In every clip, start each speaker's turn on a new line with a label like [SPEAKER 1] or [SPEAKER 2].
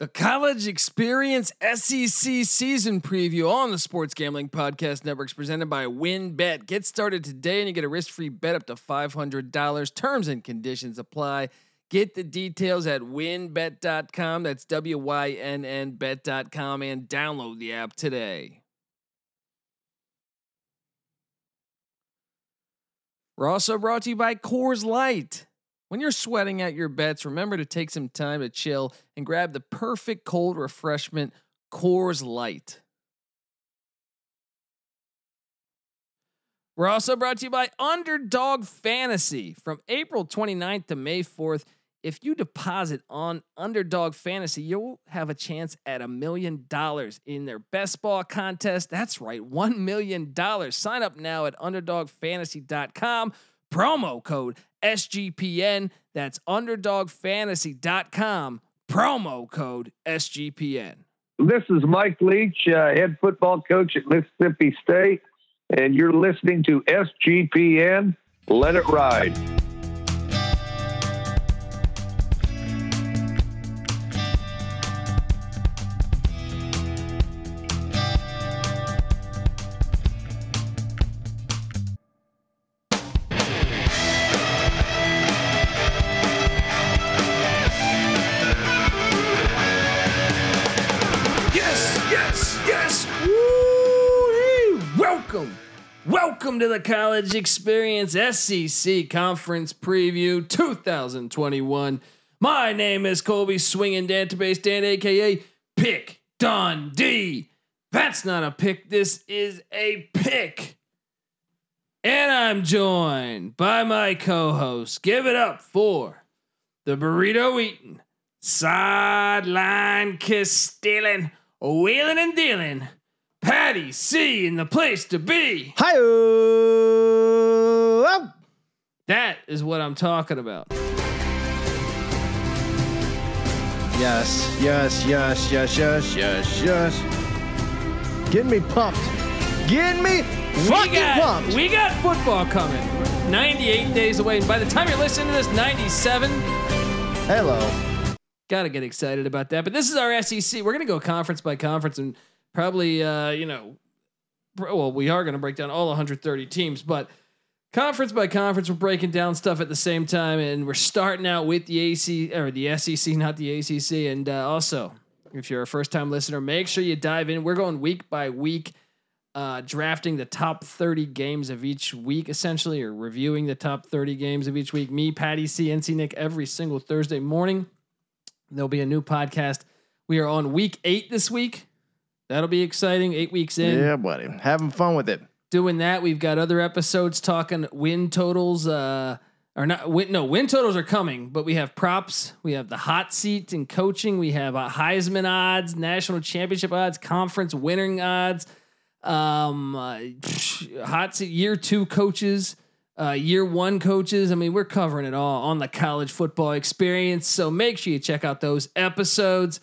[SPEAKER 1] The college experience SEC season preview on the Sports Gambling Podcast Networks presented by WinBet. Get started today and you get a risk free bet up to $500. Terms and conditions apply. Get the details at winbet.com. That's W Y N N bet.com and download the app today. We're also brought to you by Coors Light. When you're sweating out your bets, remember to take some time to chill and grab the perfect cold refreshment, Coors Light. We're also brought to you by Underdog Fantasy. From April 29th to May 4th, if you deposit on Underdog Fantasy, you'll have a chance at a million dollars in their best ball contest. That's right, $1 million. Sign up now at underdogfantasy.com promo code SGPN. That's underdogfantasy.com, promo code SGPN.
[SPEAKER 2] This is Mike Leach, uh, head football coach at Mississippi State, and you're listening to SGPN. Let it ride.
[SPEAKER 1] Yes, yes, yes. Woo! Welcome. Welcome to the College Experience SEC Conference Preview 2021. My name is Colby Swinging Database Dan, aka Pick Dundee. That's not a pick, this is a pick. And I'm joined by my co host. Give it up for the burrito eating, sideline kiss stealing, wheeling and dealing. Patty C in the place to be.
[SPEAKER 3] Hi.
[SPEAKER 1] That is what I'm talking about.
[SPEAKER 3] Yes, yes, yes, yes, yes, yes, yes. Getting me pumped. Getting me fucking
[SPEAKER 1] we got
[SPEAKER 3] pumped.
[SPEAKER 1] we got football coming. 98 days away, and by the time you're listening to this, 97.
[SPEAKER 3] Hello.
[SPEAKER 1] Gotta get excited about that. But this is our SEC. We're gonna go conference by conference and probably uh, you know, br- well, we are gonna break down all 130 teams, but conference by conference, we're breaking down stuff at the same time, and we're starting out with the AC or the SEC, not the ACC. And uh, also, if you're a first time listener, make sure you dive in. We're going week by week, uh, drafting the top 30 games of each week, essentially, or reviewing the top 30 games of each week. Me, Patty C, NC Nick, every single Thursday morning. There'll be a new podcast. We are on week eight this week. That'll be exciting. Eight weeks in
[SPEAKER 3] yeah, buddy. Having fun with it.
[SPEAKER 1] doing that. We've got other episodes talking win totals. Uh, or not win? No, win totals are coming, but we have props. We have the hot seat in coaching. We have uh, Heisman odds, national championship odds, conference winning odds. Um, uh, hot seat year two coaches, uh, year one coaches. I mean, we're covering it all on the college football experience. So make sure you check out those episodes.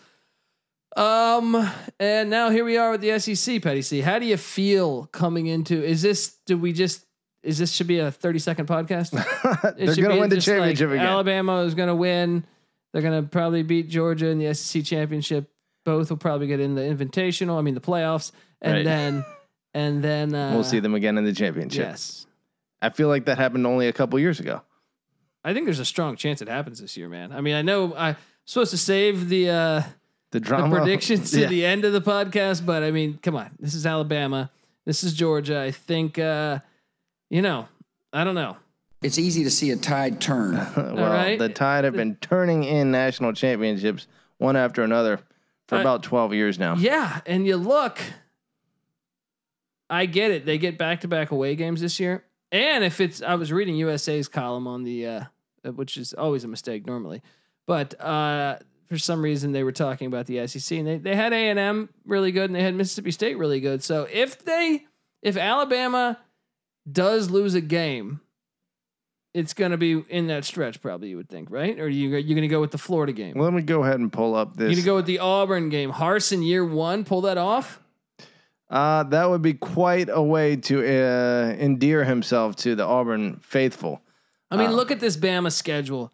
[SPEAKER 1] Um, and now here we are with the SEC, Petty C. How do you feel coming into? Is this? Do we just? Is this should be a thirty second podcast? It
[SPEAKER 3] They're
[SPEAKER 1] should
[SPEAKER 3] going
[SPEAKER 1] be
[SPEAKER 3] to win the
[SPEAKER 1] just like
[SPEAKER 3] championship again.
[SPEAKER 1] Alabama is going to win. They're going to probably beat Georgia in the SEC championship. Both will probably get in the invitational. I mean the playoffs, and
[SPEAKER 3] Right.
[SPEAKER 1] then and then uh,
[SPEAKER 3] we'll see them again in the championship.
[SPEAKER 1] Yes,
[SPEAKER 3] I feel like that happened only a couple years ago.
[SPEAKER 1] I think there's a strong chance it happens this year, man. I mean, I know I'm supposed to save the. uh
[SPEAKER 3] The
[SPEAKER 1] the
[SPEAKER 3] drama
[SPEAKER 1] predictions to
[SPEAKER 3] Yeah.
[SPEAKER 1] the end of the podcast, but I mean, come on. This is Alabama. This is Georgia. I think uh you know, I don't know.
[SPEAKER 4] It's easy to see a tide turn.
[SPEAKER 3] well,
[SPEAKER 1] right.
[SPEAKER 3] the tide have been turning in national championships one after another for
[SPEAKER 1] Uh,
[SPEAKER 3] about 12 years now.
[SPEAKER 1] Yeah, and you look I get it. They get back-to-back away games this year. And if it's I was reading USA's column on the uh which is always a mistake normally. But uh for some reason they were talking about the SEC and they they had A&M really good and they had Mississippi State really good. So if they if Alabama does lose a game, it's going to be in that stretch probably you would think, right? Or you you going to go with the Florida game?
[SPEAKER 3] Let me go ahead and pull up
[SPEAKER 1] You
[SPEAKER 3] this.
[SPEAKER 1] gonna go with the Auburn game? Harson year one, pull that off.
[SPEAKER 3] Uh, that would be quite a way to uh, endear himself to the Auburn faithful.
[SPEAKER 1] I mean,
[SPEAKER 3] Uh,
[SPEAKER 1] look at this Bama schedule.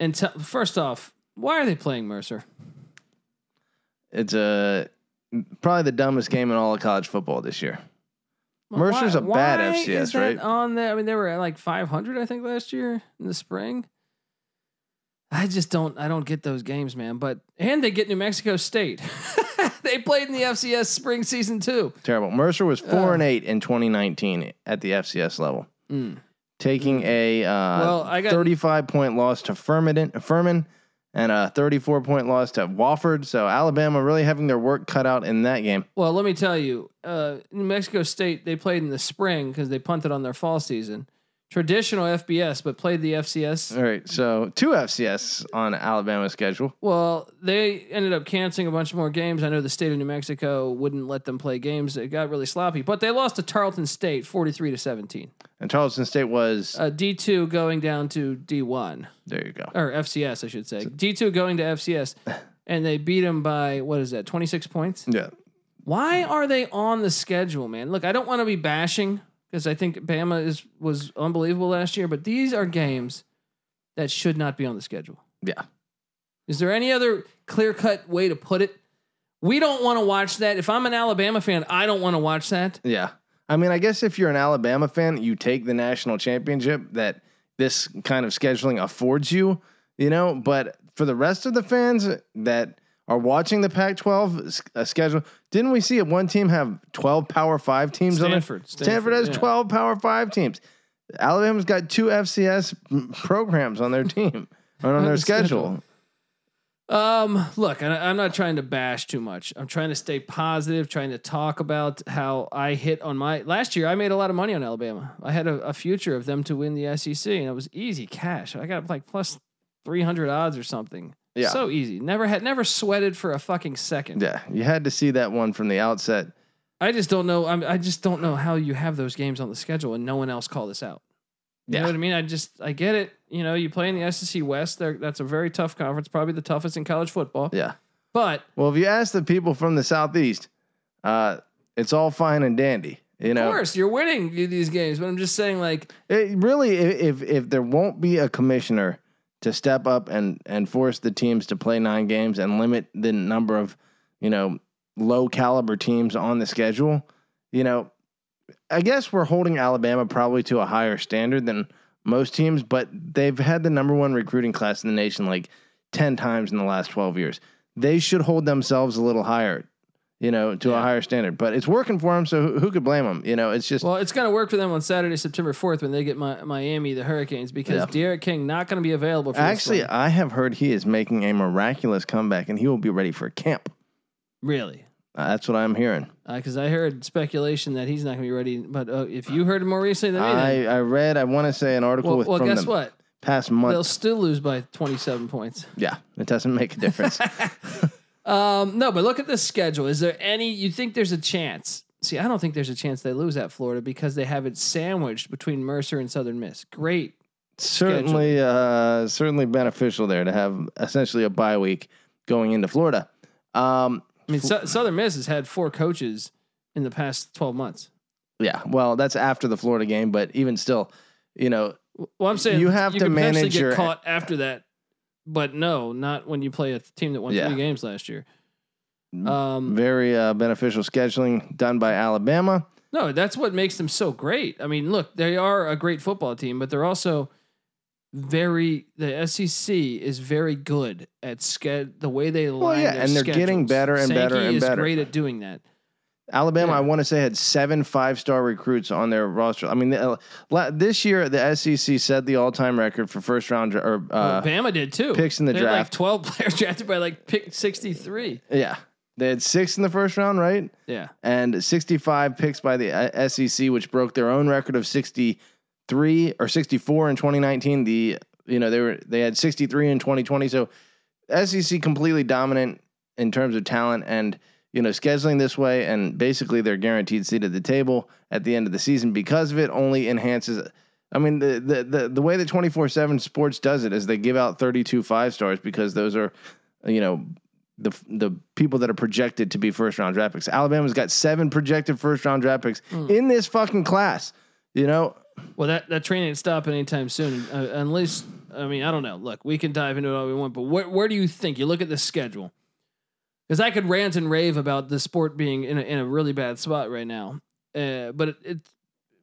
[SPEAKER 1] And t- first off, why are they playing Mercer?
[SPEAKER 3] It's a probably the dumbest game in all of college football this year. Mercer's a bad
[SPEAKER 1] why
[SPEAKER 3] FCS,
[SPEAKER 1] is that
[SPEAKER 3] right?
[SPEAKER 1] On there, I mean, they were at like 500, I think, last year in the spring. I just don't, I don't get those games, man. But and they get New Mexico State. they played in the FCS spring season too.
[SPEAKER 3] Terrible. Mercer was four
[SPEAKER 1] Ugh.
[SPEAKER 3] and eight in 2019 at the FCS level,
[SPEAKER 1] Mm.
[SPEAKER 3] taking a Hmm. uh,
[SPEAKER 1] well, I got
[SPEAKER 3] 35 point loss to Furman, Furman and a 34 point loss to Wofford. So Alabama really having their work cut out in that game.
[SPEAKER 1] Well, let me tell you, uh, New Mexico State they played in the spring because they punted on their fall season. Traditional FBS, but played the FCS.
[SPEAKER 3] All right. So two FCS on Alabama's schedule.
[SPEAKER 1] Well, they ended up canceling a bunch more games. I know the state of New Mexico wouldn't let them play games. It got really sloppy, but they lost to Tarleton State, forty-three to seventeen.
[SPEAKER 3] And Charleston State was.
[SPEAKER 1] Uh, D two going down to D one
[SPEAKER 3] there you go.
[SPEAKER 1] or FCS, I should say. D two going to FCS, and they beat them by what is that, twenty-six points?
[SPEAKER 3] Yeah.
[SPEAKER 1] Why are they on the schedule, man? Look, I don't want to be bashing because I think Bama is was unbelievable last year, but these are games that should not be on the schedule.
[SPEAKER 3] Yeah.
[SPEAKER 1] Is there any other clear cut way to put it? We don't want to watch that. If I'm an Alabama fan, I don't want to watch that.
[SPEAKER 3] Yeah. I mean, I guess if you're an Alabama fan, you take the national championship that this kind of scheduling affords you, you know, but for the rest of the fans that are watching the Pac 12 schedule, didn't we see one team have 12 Power 5 teams on it?
[SPEAKER 1] Stanford,
[SPEAKER 3] Stanford has
[SPEAKER 1] yeah.
[SPEAKER 3] 12 Power 5 teams. Alabama's got two FCS m- programs on their team or on their
[SPEAKER 1] the schedule.
[SPEAKER 3] schedule.
[SPEAKER 1] Um, look, and I, I'm not trying to bash too much. I'm trying to stay positive, trying to talk about how I hit on my last year. I made a lot of money on Alabama. I had a, a future of them to win the SEC, and it was easy cash. I got like plus 300 odds or something.
[SPEAKER 3] Yeah.
[SPEAKER 1] So easy. Never had, never sweated for a fucking second.
[SPEAKER 3] Yeah. You had to see that one from the outset.
[SPEAKER 1] I just don't know. I'm, I just don't know how you have those games on the schedule and no one else call this out. You know
[SPEAKER 3] Yeah.
[SPEAKER 1] what I mean? I just, I get it. You know, you play in the SEC West. There, that's a very tough conference, probably the toughest in college football.
[SPEAKER 3] Yeah.
[SPEAKER 1] But
[SPEAKER 3] Well, if you ask the people from the southeast, uh, it's all fine and dandy. You
[SPEAKER 1] Of
[SPEAKER 3] know,
[SPEAKER 1] course, you're winning these games, but I'm just saying, like,
[SPEAKER 3] it really i- if if there won't be a commissioner to step up and and force the teams to play nine games and limit the number of you know low caliber teams on the schedule, you know, I guess we're holding Alabama probably to a higher standard than most teams, but they've had the number one recruiting class in the nation like ten times in the last twelve years. They should hold themselves a little higher, you know, to a
[SPEAKER 1] Yeah.
[SPEAKER 3] higher standard. But it's working for them, so who, who could blame them? You know, it's just
[SPEAKER 1] well, it's going to work for them on Saturday, September 4th, when they get Mi- Miami, the Hurricanes, because
[SPEAKER 3] Yeah.
[SPEAKER 1] Derek King not going to be available for
[SPEAKER 3] Actually,
[SPEAKER 1] this one.
[SPEAKER 3] I have heard he is making a miraculous comeback and he will be ready for camp.
[SPEAKER 1] really,
[SPEAKER 3] Uh, that's what I'm hearing.
[SPEAKER 1] because I heard speculation that he's not going to be ready. But uh, if you heard more recently than me, then-
[SPEAKER 3] I, I read, I want to say, an article
[SPEAKER 1] well,
[SPEAKER 3] with
[SPEAKER 1] well
[SPEAKER 3] from
[SPEAKER 1] guess
[SPEAKER 3] the
[SPEAKER 1] what?
[SPEAKER 3] past
[SPEAKER 1] They'll
[SPEAKER 3] month.
[SPEAKER 1] still lose by 27 points.
[SPEAKER 3] Yeah, it doesn't make a difference.
[SPEAKER 1] Um, no, but look at the schedule. Is there any you think there's a chance? See, I don't think there's a chance they lose at Florida because they have it sandwiched between Mercer and Southern Miss. Great
[SPEAKER 3] certainly, uh, certainly beneficial there to have essentially a bye week going into Florida. Um,
[SPEAKER 1] I mean, Sou- Southern Miss has had four coaches in the past 12 months.
[SPEAKER 3] yeah, well, that's after the Florida game, but even still, you know,
[SPEAKER 1] Well, I'm saying
[SPEAKER 3] You have to
[SPEAKER 1] could potentially
[SPEAKER 3] manage
[SPEAKER 1] get
[SPEAKER 3] your-
[SPEAKER 1] caught after that, but no, not when you play a team that won
[SPEAKER 3] Yeah. Mm-hmm.
[SPEAKER 1] three games last year. Um,
[SPEAKER 3] very uh, beneficial scheduling done by Alabama.
[SPEAKER 1] no, that's what makes them so great. I mean, look, they are a great football team, but they're also very the SEC is very good at sched the way they line
[SPEAKER 3] Well, yeah,
[SPEAKER 1] their
[SPEAKER 3] and they're getting
[SPEAKER 1] schedules.
[SPEAKER 3] better and better
[SPEAKER 1] Sankey
[SPEAKER 3] and
[SPEAKER 1] is
[SPEAKER 3] better.
[SPEAKER 1] Great at doing that.
[SPEAKER 3] Alabama,
[SPEAKER 1] Yeah.
[SPEAKER 3] I want to say, had seven five star recruits on their roster. I mean, the, uh, la- this year the SEC set the all time record for first round dra- or uh,
[SPEAKER 1] Well, Bama did too.
[SPEAKER 3] picks in the
[SPEAKER 1] They had,
[SPEAKER 3] draft.
[SPEAKER 1] like 12 players drafted by like pick 63.
[SPEAKER 3] yeah, they had six in the first round, right?
[SPEAKER 1] Yeah.
[SPEAKER 3] And sixty five picks by the uh, SEC, which broke their own record of sixty three or sixty four in twenty nineteen. The you know they were they had sixty three in twenty twenty. So SEC completely dominant in terms of talent and you know scheduling this way and basically their guaranteed seat at the table at the end of the season because of it only enhances I mean the the the, the way that 24/7 sports does it is they give out 32 five stars because those are you know the the people that are projected to be first round draft picks. Alabama's got seven projected first round draft picks
[SPEAKER 1] Hmm.
[SPEAKER 3] in this fucking class. You know,
[SPEAKER 1] Well, that that train ain't stopping anytime soon, uh, unless I mean I don't know. Look, we can dive into it all we want, but where where do you think you look at the schedule? because I could rant and rave about the sport being in a, in a really bad spot right now. Uh, but it, it,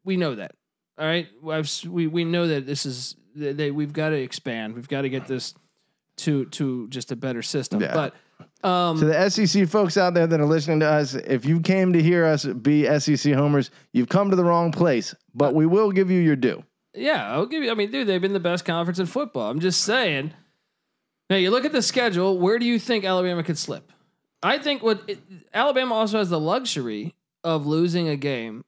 [SPEAKER 1] we know that. All right, I've, s- we we know that this is that they, we've got to expand. We've got to get this to to just a better system.
[SPEAKER 3] Yeah.
[SPEAKER 1] But um,
[SPEAKER 3] To the SEC folks out there that are listening to us, if you came to hear us be SEC homers, you've come to the wrong place, but we will give you your due.
[SPEAKER 1] Yeah, I'll give you. I mean, dude, they've been the best conference in football. I'm just saying. Now you look at the schedule. Where do you think Alabama could slip? I think what it, Alabama also has the luxury of losing a game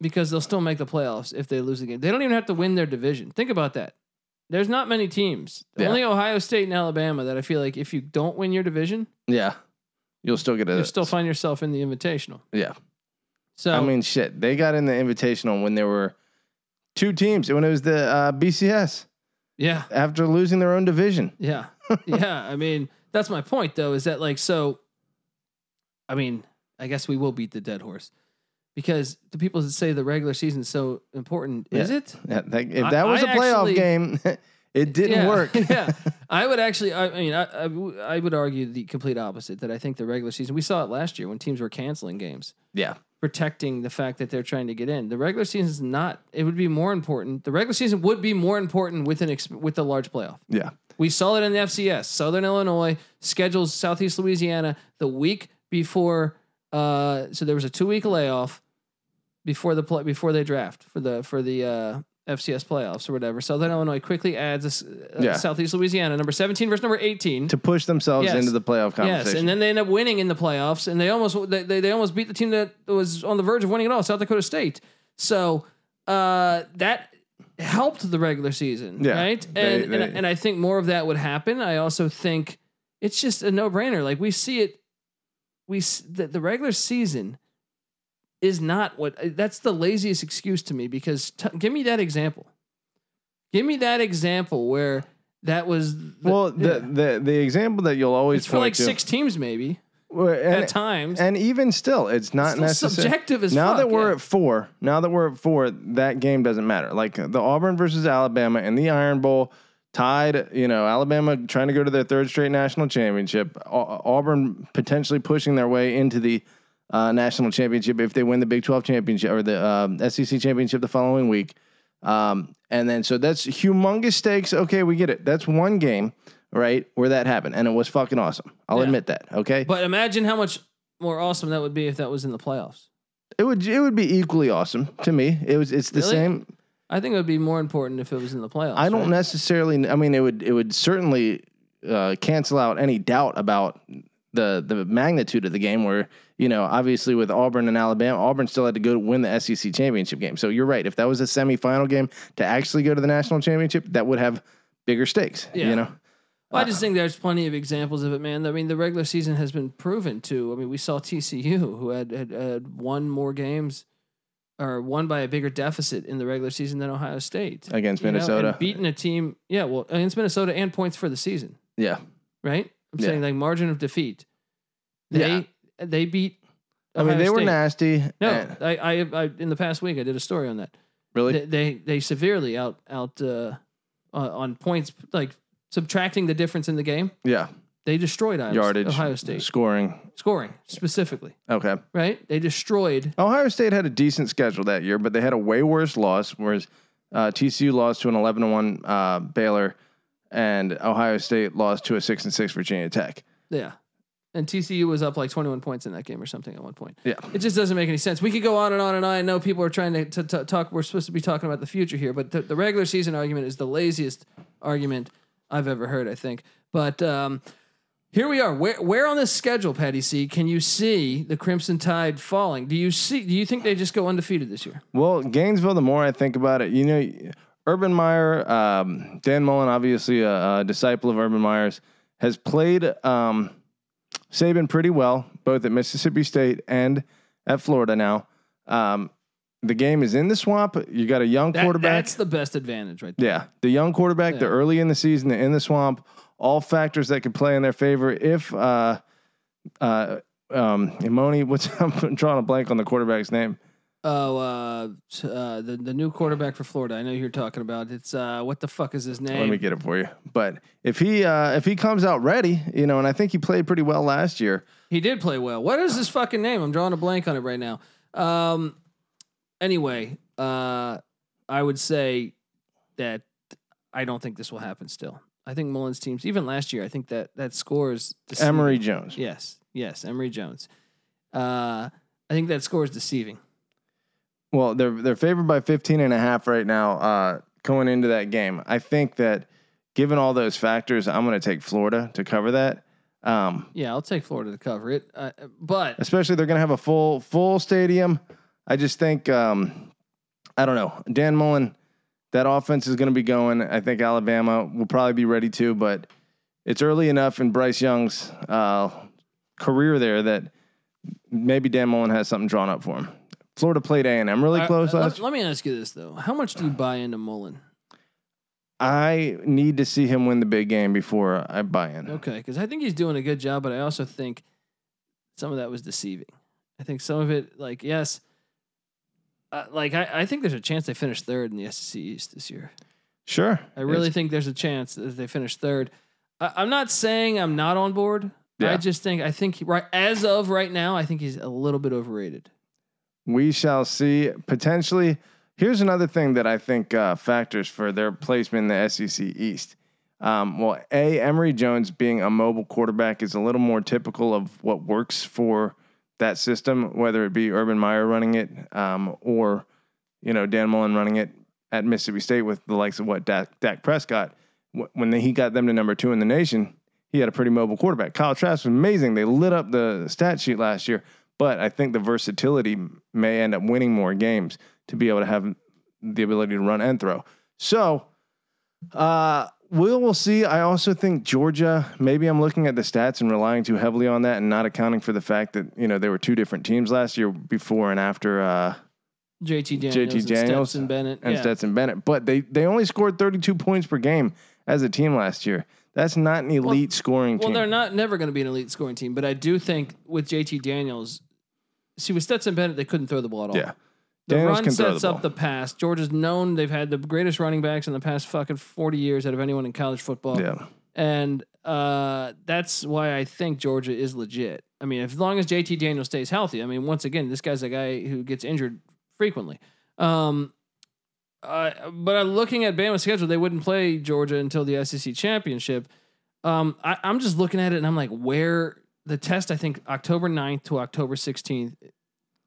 [SPEAKER 1] because they'll still make the playoffs if they lose a game. They don't even have to win their division. Think about that. There's not many teams.
[SPEAKER 3] Yeah.
[SPEAKER 1] Only Ohio State and Alabama that I feel like if you don't win your division,
[SPEAKER 3] Yeah. You'll still get
[SPEAKER 1] you
[SPEAKER 3] a
[SPEAKER 1] still find yourself in the invitational.
[SPEAKER 3] Yeah.
[SPEAKER 1] So
[SPEAKER 3] Uh, I mean, shit. They got in the invitational when there were two teams, when it was the uh, BCS
[SPEAKER 1] yeah.
[SPEAKER 3] after losing their own division.
[SPEAKER 1] Yeah. Yeah. I mean, that's my point though, is that like so I mean, I guess we will beat the dead horse. Because the people that say the regular season is so important, is it?
[SPEAKER 3] Yeah, that- if
[SPEAKER 1] I-
[SPEAKER 3] that was a
[SPEAKER 1] I
[SPEAKER 3] playoff
[SPEAKER 1] actually-
[SPEAKER 3] game, it didn't
[SPEAKER 1] Yeah.
[SPEAKER 3] work.
[SPEAKER 1] yeah. I would actually I, I mean I, I w- I would argue the complete opposite that I think the regular season we saw it last year when teams were canceling games.
[SPEAKER 3] yeah.
[SPEAKER 1] protecting the fact that they're trying to get in. The regular season is not. It would be more important. The regular season would be more important with an ex, with a large playoff.
[SPEAKER 3] Yeah.
[SPEAKER 1] we saw it in the FCS. Southern Illinois schedules Southeast Louisiana the week before. Uh, so there was a two week layoff before the play, before they draft for the for the uh, FCS playoffs or whatever. Southern Illinois quickly adds a s- uh,
[SPEAKER 3] Yeah.
[SPEAKER 1] Southeast Louisiana number seventeen versus number eighteen.
[SPEAKER 3] To push themselves
[SPEAKER 1] Yes.
[SPEAKER 3] into the playoff conversation.
[SPEAKER 1] Yes, and then they end up winning in the playoffs, and they almost they, they, they almost beat the team that was on the verge of winning it all, South Dakota State. So uh, that helped the regular season,
[SPEAKER 3] Yeah,
[SPEAKER 1] right? And,
[SPEAKER 3] they-
[SPEAKER 1] and
[SPEAKER 3] they-
[SPEAKER 1] and I think more of that would happen. I also think it's just a no brainer. Like we see it, we s- the, the regular season is not what that's the laziest excuse to me because t- give me that example. Give me that example where that was the-
[SPEAKER 3] well,
[SPEAKER 1] yeah.
[SPEAKER 3] the, the the example that you'll always
[SPEAKER 1] it's for
[SPEAKER 3] point
[SPEAKER 1] like
[SPEAKER 3] to,
[SPEAKER 1] six teams maybe
[SPEAKER 3] well, and,
[SPEAKER 1] at times.
[SPEAKER 3] and even still, it's not
[SPEAKER 1] Still
[SPEAKER 3] necessary.
[SPEAKER 1] subjective as
[SPEAKER 3] now
[SPEAKER 1] fuck,
[SPEAKER 3] that we're
[SPEAKER 1] yeah.
[SPEAKER 3] at four, now that we're at four, that game doesn't matter. Like the Auburn versus Alabama and the Iron Bowl tied. You know, Alabama trying to go to their third straight national championship. Au- Auburn potentially pushing their way into the uh, national championship if they win the Big Twelve championship or the um, SEC championship the following week. Um, and then so that's humongous stakes. Okay, we get it. That's one game, right, where that happened, and it was fucking awesome. I'll
[SPEAKER 1] Yeah.
[SPEAKER 3] admit that. Okay,
[SPEAKER 1] but imagine how much more awesome that would be if that was in the playoffs.
[SPEAKER 3] It would it would be equally awesome to me. It was it's the
[SPEAKER 1] Really?
[SPEAKER 3] same.
[SPEAKER 1] I think it would be more important if it was in the playoffs.
[SPEAKER 3] I don't
[SPEAKER 1] right?
[SPEAKER 3] necessarily. I mean, it would it would certainly uh, cancel out any doubt about the the magnitude of the game. Where you know, obviously with Auburn and Alabama, Auburn still had to go to win the SEC championship game. So you're right. If that was a semifinal game to actually go to the national championship, that would have bigger stakes.
[SPEAKER 1] Yeah.
[SPEAKER 3] You know.
[SPEAKER 1] Well, I just think there's plenty of examples of it, man. I mean, the regular season has been proven to. I mean, we saw TCU who had had, had won more games or won by a bigger deficit in the regular season than Ohio State
[SPEAKER 3] Against
[SPEAKER 1] You know, and
[SPEAKER 3] Minnesota.
[SPEAKER 1] beating a team. Yeah, well, against Minnesota and points for the season.
[SPEAKER 3] Yeah.
[SPEAKER 1] Right, I'm
[SPEAKER 3] Yeah.
[SPEAKER 1] saying like margin of defeat. They
[SPEAKER 3] Yeah.
[SPEAKER 1] they beat.
[SPEAKER 3] I mean,
[SPEAKER 1] Ohio
[SPEAKER 3] they were
[SPEAKER 1] State.
[SPEAKER 3] nasty.
[SPEAKER 1] No,
[SPEAKER 3] and-
[SPEAKER 1] I, I, I, in the past week, I did a story on that.
[SPEAKER 3] really.
[SPEAKER 1] They, they, they severely out, out, uh, on- on points, like subtracting the difference in the game.
[SPEAKER 3] yeah.
[SPEAKER 1] They destroyed Iowa,
[SPEAKER 3] Yardage.
[SPEAKER 1] Ohio State
[SPEAKER 3] Scoring.
[SPEAKER 1] scoring specifically,
[SPEAKER 3] Okay.
[SPEAKER 1] right? They destroyed.
[SPEAKER 3] Ohio State had a decent schedule that year, but they had a way worse loss. Whereas uh, TCU lost to an eleven to one uh, Baylor, and Ohio State lost to a six and six Virginia Tech.
[SPEAKER 1] Yeah. And TCU was up like 21 points in that game or something at one point.
[SPEAKER 3] Yeah,
[SPEAKER 1] It just doesn't make any sense. We could go on and on and on. I know people are trying to, to, to talk. We're supposed to be talking about the future here, but the, the regular season argument is the laziest argument I've ever heard. I think. But um, here we are. Where, where on this schedule, Patty C? Can you see the Crimson Tide falling? Do you see? Do you think they just go undefeated this year?
[SPEAKER 3] Well, Gainesville, the more I think about it, you know, Urban Meyer, um, Dan Mullen, obviously a, a disciple of Urban Meyer's, has played um, Saban pretty well, both at Mississippi State and at Florida now. Um, the game is in the swamp. You got a young
[SPEAKER 1] That-
[SPEAKER 3] quarterback.
[SPEAKER 1] That's the best advantage, right? there.
[SPEAKER 3] Yeah, the young quarterback, the
[SPEAKER 1] Yeah.
[SPEAKER 3] early in the season, the in the swamp, all factors that could play in their favor. If uh, uh, um, Imoni, what's I'm drawing a blank on the quarterback's name.
[SPEAKER 1] Oh, uh, t- uh, the the new quarterback for Florida. I know who you're talking about. It's uh, what the fuck is his
[SPEAKER 3] Let
[SPEAKER 1] name?
[SPEAKER 3] me get it for you. But if he uh, if he comes out ready, you know, and I think he played pretty well last year.
[SPEAKER 1] he did play well. What is his fucking name? I'm drawing a blank on it right now. Um, anyway, uh, I would say that I don't think this will happen. Still, I think Mullins teams, even last year, I think that that scores
[SPEAKER 3] Emory Jones.
[SPEAKER 1] Yes, yes, Emory Jones. Uh, I think that score is deceiving.
[SPEAKER 3] Well, they're they're favored by 15 and a half right now uh, going into that game. I think that given all those factors, I'm going to take Florida to cover that. Um,
[SPEAKER 1] Yeah, I'll take Florida to cover it. Uh, but
[SPEAKER 3] especially they're going to have a full full stadium. I just think um, I don't know. Dan Mullen that offense is going to be going. I think Alabama will probably be ready too, but it's early enough in Bryce Young's uh, career there that maybe Dan Mullen has something drawn up for him. Florida played A and M really
[SPEAKER 1] Uh,
[SPEAKER 3] close
[SPEAKER 1] uh,
[SPEAKER 3] last
[SPEAKER 1] let, let me ask you this though: How much do you buy into Mullen?
[SPEAKER 3] I need to see him win the big game before I buy in.
[SPEAKER 1] Okay, because I think he's doing a good job, but I also think some of that was deceiving. I think some of it, like yes, uh, like I, I think there's a chance they finish third in the SEC East this year.
[SPEAKER 3] Sure.
[SPEAKER 1] I really
[SPEAKER 3] It's-
[SPEAKER 1] think there's a chance that they finish third. I, I'm not saying I'm not on board.
[SPEAKER 3] Yeah.
[SPEAKER 1] I just think I think he- right as of right now, I think he's a little bit overrated.
[SPEAKER 3] we shall see. Potentially, here's another thing that I think uh, factors for their placement in the SEC East. Um, well, A, Emory Jones being a mobile quarterback is a little more typical of what works for that system, whether it be Urban Meyer running it um, or, you know, Dan Mullen running it at Mississippi State with the likes of what Dak, Dak Prescott. Wh- When he got them to number two in the nation, he had a pretty mobile quarterback. Kyle Trask was amazing. They lit up the stat sheet last year, but I think the versatility m- may end up winning more games to be able to have the ability to run and throw. So, uh, we'll, we'll see. I also think Georgia, maybe I'm looking at the stats and relying too heavily on that and not accounting for the fact that, you know, there were two different teams last year before and after, uh,
[SPEAKER 1] JT Daniels,
[SPEAKER 3] JT
[SPEAKER 1] and
[SPEAKER 3] Daniels
[SPEAKER 1] Stetson Bennett,
[SPEAKER 3] and
[SPEAKER 1] yeah.
[SPEAKER 3] Stetson Bennett, but they, they only scored 32 points per game as a team last year. That's not an elite scoring
[SPEAKER 1] Well,
[SPEAKER 3] team.
[SPEAKER 1] they're not never going to be an elite scoring team, but I do think with JT Daniels, see with Stetson Bennett, they couldn't throw the ball at all.
[SPEAKER 3] Yeah.
[SPEAKER 1] the
[SPEAKER 3] Daniels
[SPEAKER 1] run
[SPEAKER 3] can throw
[SPEAKER 1] sets
[SPEAKER 3] the
[SPEAKER 1] up
[SPEAKER 3] ball.
[SPEAKER 1] the pass. Georgia's known they've had the greatest running backs in the past fucking forty years out of anyone in college football.
[SPEAKER 3] Yeah.
[SPEAKER 1] and uh, that's why I think Georgia is legit. I mean, as long as JT Daniels stays healthy, I mean, once again, this guy's a guy who gets injured frequently. Um, uh, but uh, looking at Bama's schedule, they wouldn't play Georgia until the SEC championship. Um, I, I'm just looking at it and I'm like, where the test, I think October 9th to October 16th,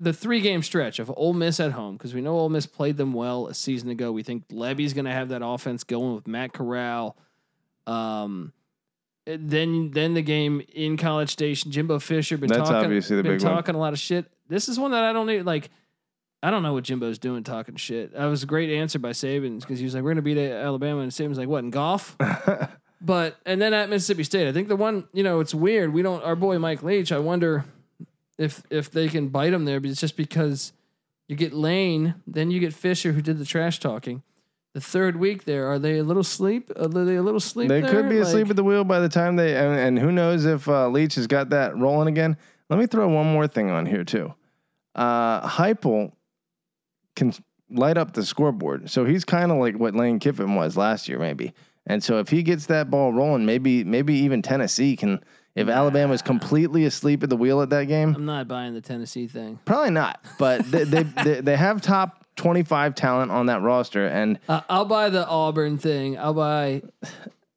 [SPEAKER 1] the three game stretch of Ole Miss at home, because we know Ole Miss played them well a season ago. We think Levy's going to have that offense going with Matt Corral. Um, then then the game in College Station, Jimbo Fisher been
[SPEAKER 3] That's
[SPEAKER 1] talking,
[SPEAKER 3] obviously the
[SPEAKER 1] been
[SPEAKER 3] big one.
[SPEAKER 1] talking a lot of shit. This is one that I don't need. Like, I don't know what Jimbo's doing talking shit. That was a great answer by Saban because he was like, "We're going to beat Alabama," and Saban's like, "What in golf?" But and then at Mississippi State, I think the one you know it's weird. We don't our boy Mike Leach. I wonder if if they can bite him there, but it's just because you get Lane, then you get Fisher, who did the trash talking. The third week there, are they a little sleep? Are they a little sleep?
[SPEAKER 3] They
[SPEAKER 1] there?
[SPEAKER 3] could be asleep
[SPEAKER 1] Like-
[SPEAKER 3] at the wheel by the time they, and, and who knows if uh, Leach has got that rolling again. Let me throw one more thing on here too. Uh, Heupel can light up the scoreboard, so he's kind of like what Lane Kiffin was last year, maybe. And so if he gets that ball rolling, maybe maybe even Tennessee can. If Alabama's completely asleep at the wheel at that game,
[SPEAKER 1] I'm not buying the Tennessee thing.
[SPEAKER 3] probably not. But they they, they, they have top twenty five talent on that roster, and
[SPEAKER 1] Uh, I'll buy the Auburn thing. I'll buy,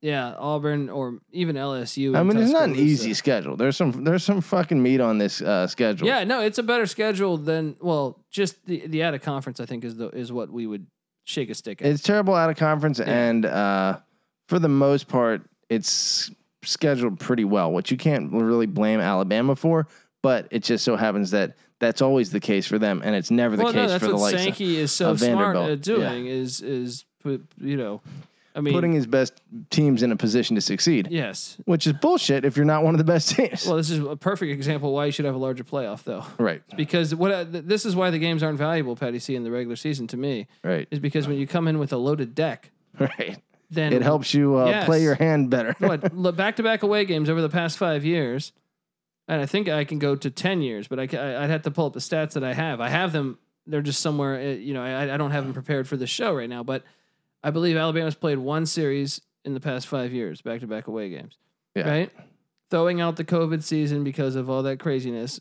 [SPEAKER 1] yeah, Auburn or even LSU.
[SPEAKER 3] I
[SPEAKER 1] in
[SPEAKER 3] mean it's not an
[SPEAKER 1] Tuscaloosa.
[SPEAKER 3] easy schedule. There's some there's some fucking meat on this uh, schedule.
[SPEAKER 1] Yeah, no, it's a better schedule than well, just the the out of conference. I think is the is what we would shake a stick at.
[SPEAKER 3] It's terrible out of conference, and uh, for the most part, it's scheduled pretty well. What you can't really blame Alabama for, but it just so happens that that's always the case for them, and it's never the
[SPEAKER 1] well, no,
[SPEAKER 3] case
[SPEAKER 1] that's
[SPEAKER 3] for the
[SPEAKER 1] what
[SPEAKER 3] likes of
[SPEAKER 1] Sankey is so
[SPEAKER 3] of
[SPEAKER 1] smart
[SPEAKER 3] Vanderbilt.
[SPEAKER 1] at doing is is put you know, I mean,
[SPEAKER 3] putting his best teams in a position to succeed,
[SPEAKER 1] yes.
[SPEAKER 3] which is bullshit if you're not one of the best teams.
[SPEAKER 1] Well, this is a perfect example why you should have a larger playoff though,
[SPEAKER 3] right,
[SPEAKER 1] because what I, th- this is why the games aren't valuable, Patty C, in the regular season to me
[SPEAKER 3] right,
[SPEAKER 1] is because when you come in with a loaded deck,
[SPEAKER 3] right.
[SPEAKER 1] then
[SPEAKER 3] It helps you uh, play
[SPEAKER 1] Yes.
[SPEAKER 3] your hand better.
[SPEAKER 1] what back to back away games over the past five years, and I think I can go to ten years, but I, ca- I would have to pull up the stats that I have. I have them they're just somewhere. uh, You know, I, I don't have them prepared for the show right now, but I believe Alabama's played one series in the past five years, back to back away games.
[SPEAKER 3] Yeah.
[SPEAKER 1] Right, throwing out the COVID season because of all that craziness.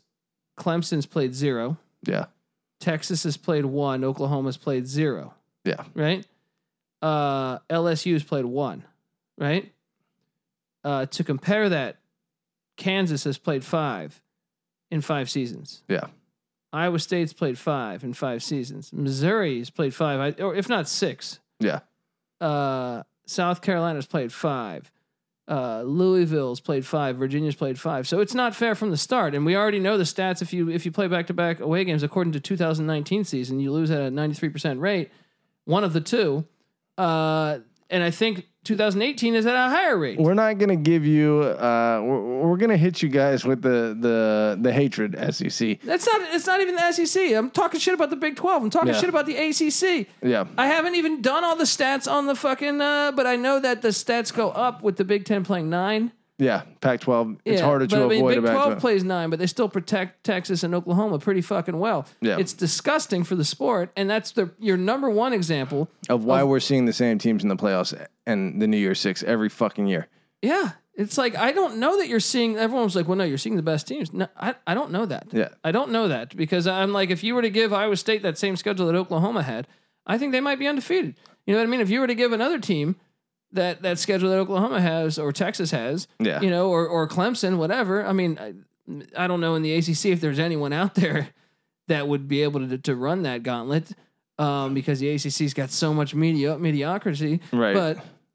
[SPEAKER 1] Clemson's played zero.
[SPEAKER 3] Yeah.
[SPEAKER 1] Texas has played one. Oklahoma's played zero.
[SPEAKER 3] Yeah.
[SPEAKER 1] Right. Uh, LSU's played one. Right. Uh, to compare that, Kansas has played five in five seasons.
[SPEAKER 3] Yeah.
[SPEAKER 1] Iowa State's played five in five seasons. Missouri's played five, I- or if not six.
[SPEAKER 3] Yeah.
[SPEAKER 1] Uh, South Carolina's played five. Uh, Louisville's played five. Virginia's played five. So it's not fair from the start, and we already know the stats. If you if you play back to back away games, according to 2019 season, you lose at a 93 percent rate. One of the two, uh, and I think 2018 is at a higher rate.
[SPEAKER 3] We're not gonna give you. Uh, we're, we're gonna hit you guys with the the the hatred E SEC.
[SPEAKER 1] That's not. It's not even the SEC. I'm talking shit about the Big 12. I'm talking
[SPEAKER 3] Yeah.
[SPEAKER 1] shit about the ACC.
[SPEAKER 3] Yeah,
[SPEAKER 1] I haven't even done all the stats on the fucking, uh, but I know that the stats go up with the Big Ten playing nine.
[SPEAKER 3] yeah. Pac twelve. It's harder to
[SPEAKER 1] but, I mean,
[SPEAKER 3] avoid.
[SPEAKER 1] Big
[SPEAKER 3] about
[SPEAKER 1] Twelve plays nine, but they still protect Texas and Oklahoma pretty fucking well.
[SPEAKER 3] Yeah.
[SPEAKER 1] it's disgusting for the sport, and that's the your number one example.
[SPEAKER 3] of why we're seeing the same teams in the playoffs and the New Year's Six every fucking year.
[SPEAKER 1] Yeah, it's like I don't know that you're seeing. Everyone was like, "Well, no, you're seeing the best teams." No, I I don't know that.
[SPEAKER 3] Yeah.
[SPEAKER 1] I don't know that because I'm like, if you were to give Iowa State that same schedule that Oklahoma had, I think they might be undefeated. You know what I mean? If you were to give another team that that schedule that Oklahoma has or Texas has,
[SPEAKER 3] Yeah.
[SPEAKER 1] you know, or or Clemson, whatever. I mean, I, I don't know in the ACC if there's anyone out there that would be able to to run that gauntlet um, because the ACC's got so much media mediocrity.
[SPEAKER 3] Right.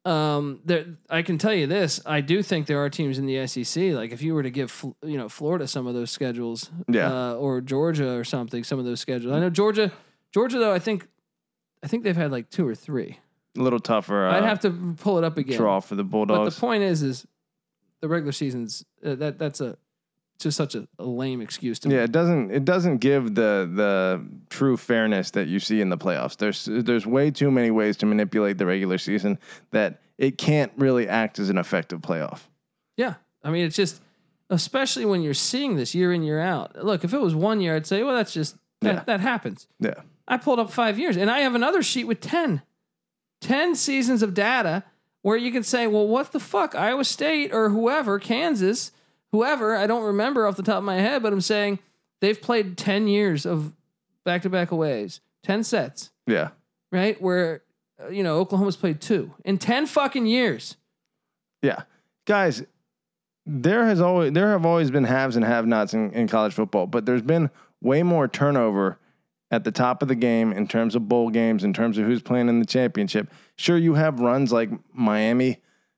[SPEAKER 1] But um, there, I can tell you this: I do think there are teams in the SEC. Like if you were to give Fl- you know Florida some of those schedules,
[SPEAKER 3] Yeah.
[SPEAKER 1] uh, or Georgia or something, some of those schedules. I know Georgia, Georgia though. I think, I think they've had like two or three.
[SPEAKER 3] A little tougher. Uh,
[SPEAKER 1] I'd have to pull it up again.
[SPEAKER 3] draw for the
[SPEAKER 1] But the
[SPEAKER 3] Bulldogs.
[SPEAKER 1] point is, is the regular season's uh, that that's a just such a, a lame excuse to
[SPEAKER 3] yeah,
[SPEAKER 1] me.
[SPEAKER 3] it doesn't it doesn't give the the true fairness that you see in the playoffs. There's there's way too many ways to manipulate the regular season that it can't really act as an effective playoff.
[SPEAKER 1] Yeah. I mean, it's just, especially when you're seeing this year in, year out. Look, if it was one year, I'd say, well, that's just, that,
[SPEAKER 3] Yeah.
[SPEAKER 1] that happens.
[SPEAKER 3] Yeah.
[SPEAKER 1] I pulled up five years and I have another sheet with 10, 10 seasons of data where you can say, well, what the fuck? Iowa State or whoever, Kansas, whoever, I don't remember off the top of my head, but I'm saying they've played 10 years of back to back aways, 10 sets,
[SPEAKER 3] Yeah.
[SPEAKER 1] right? Where, uh, you know, Oklahoma's played two in 10 fucking years.
[SPEAKER 3] Yeah. Guys, there has always there have always been haves and have nots in, in college football, but there's been way more turnover at the top of the game in terms of bowl games, in terms of who's playing in the championship. Sure, you have runs like Miami,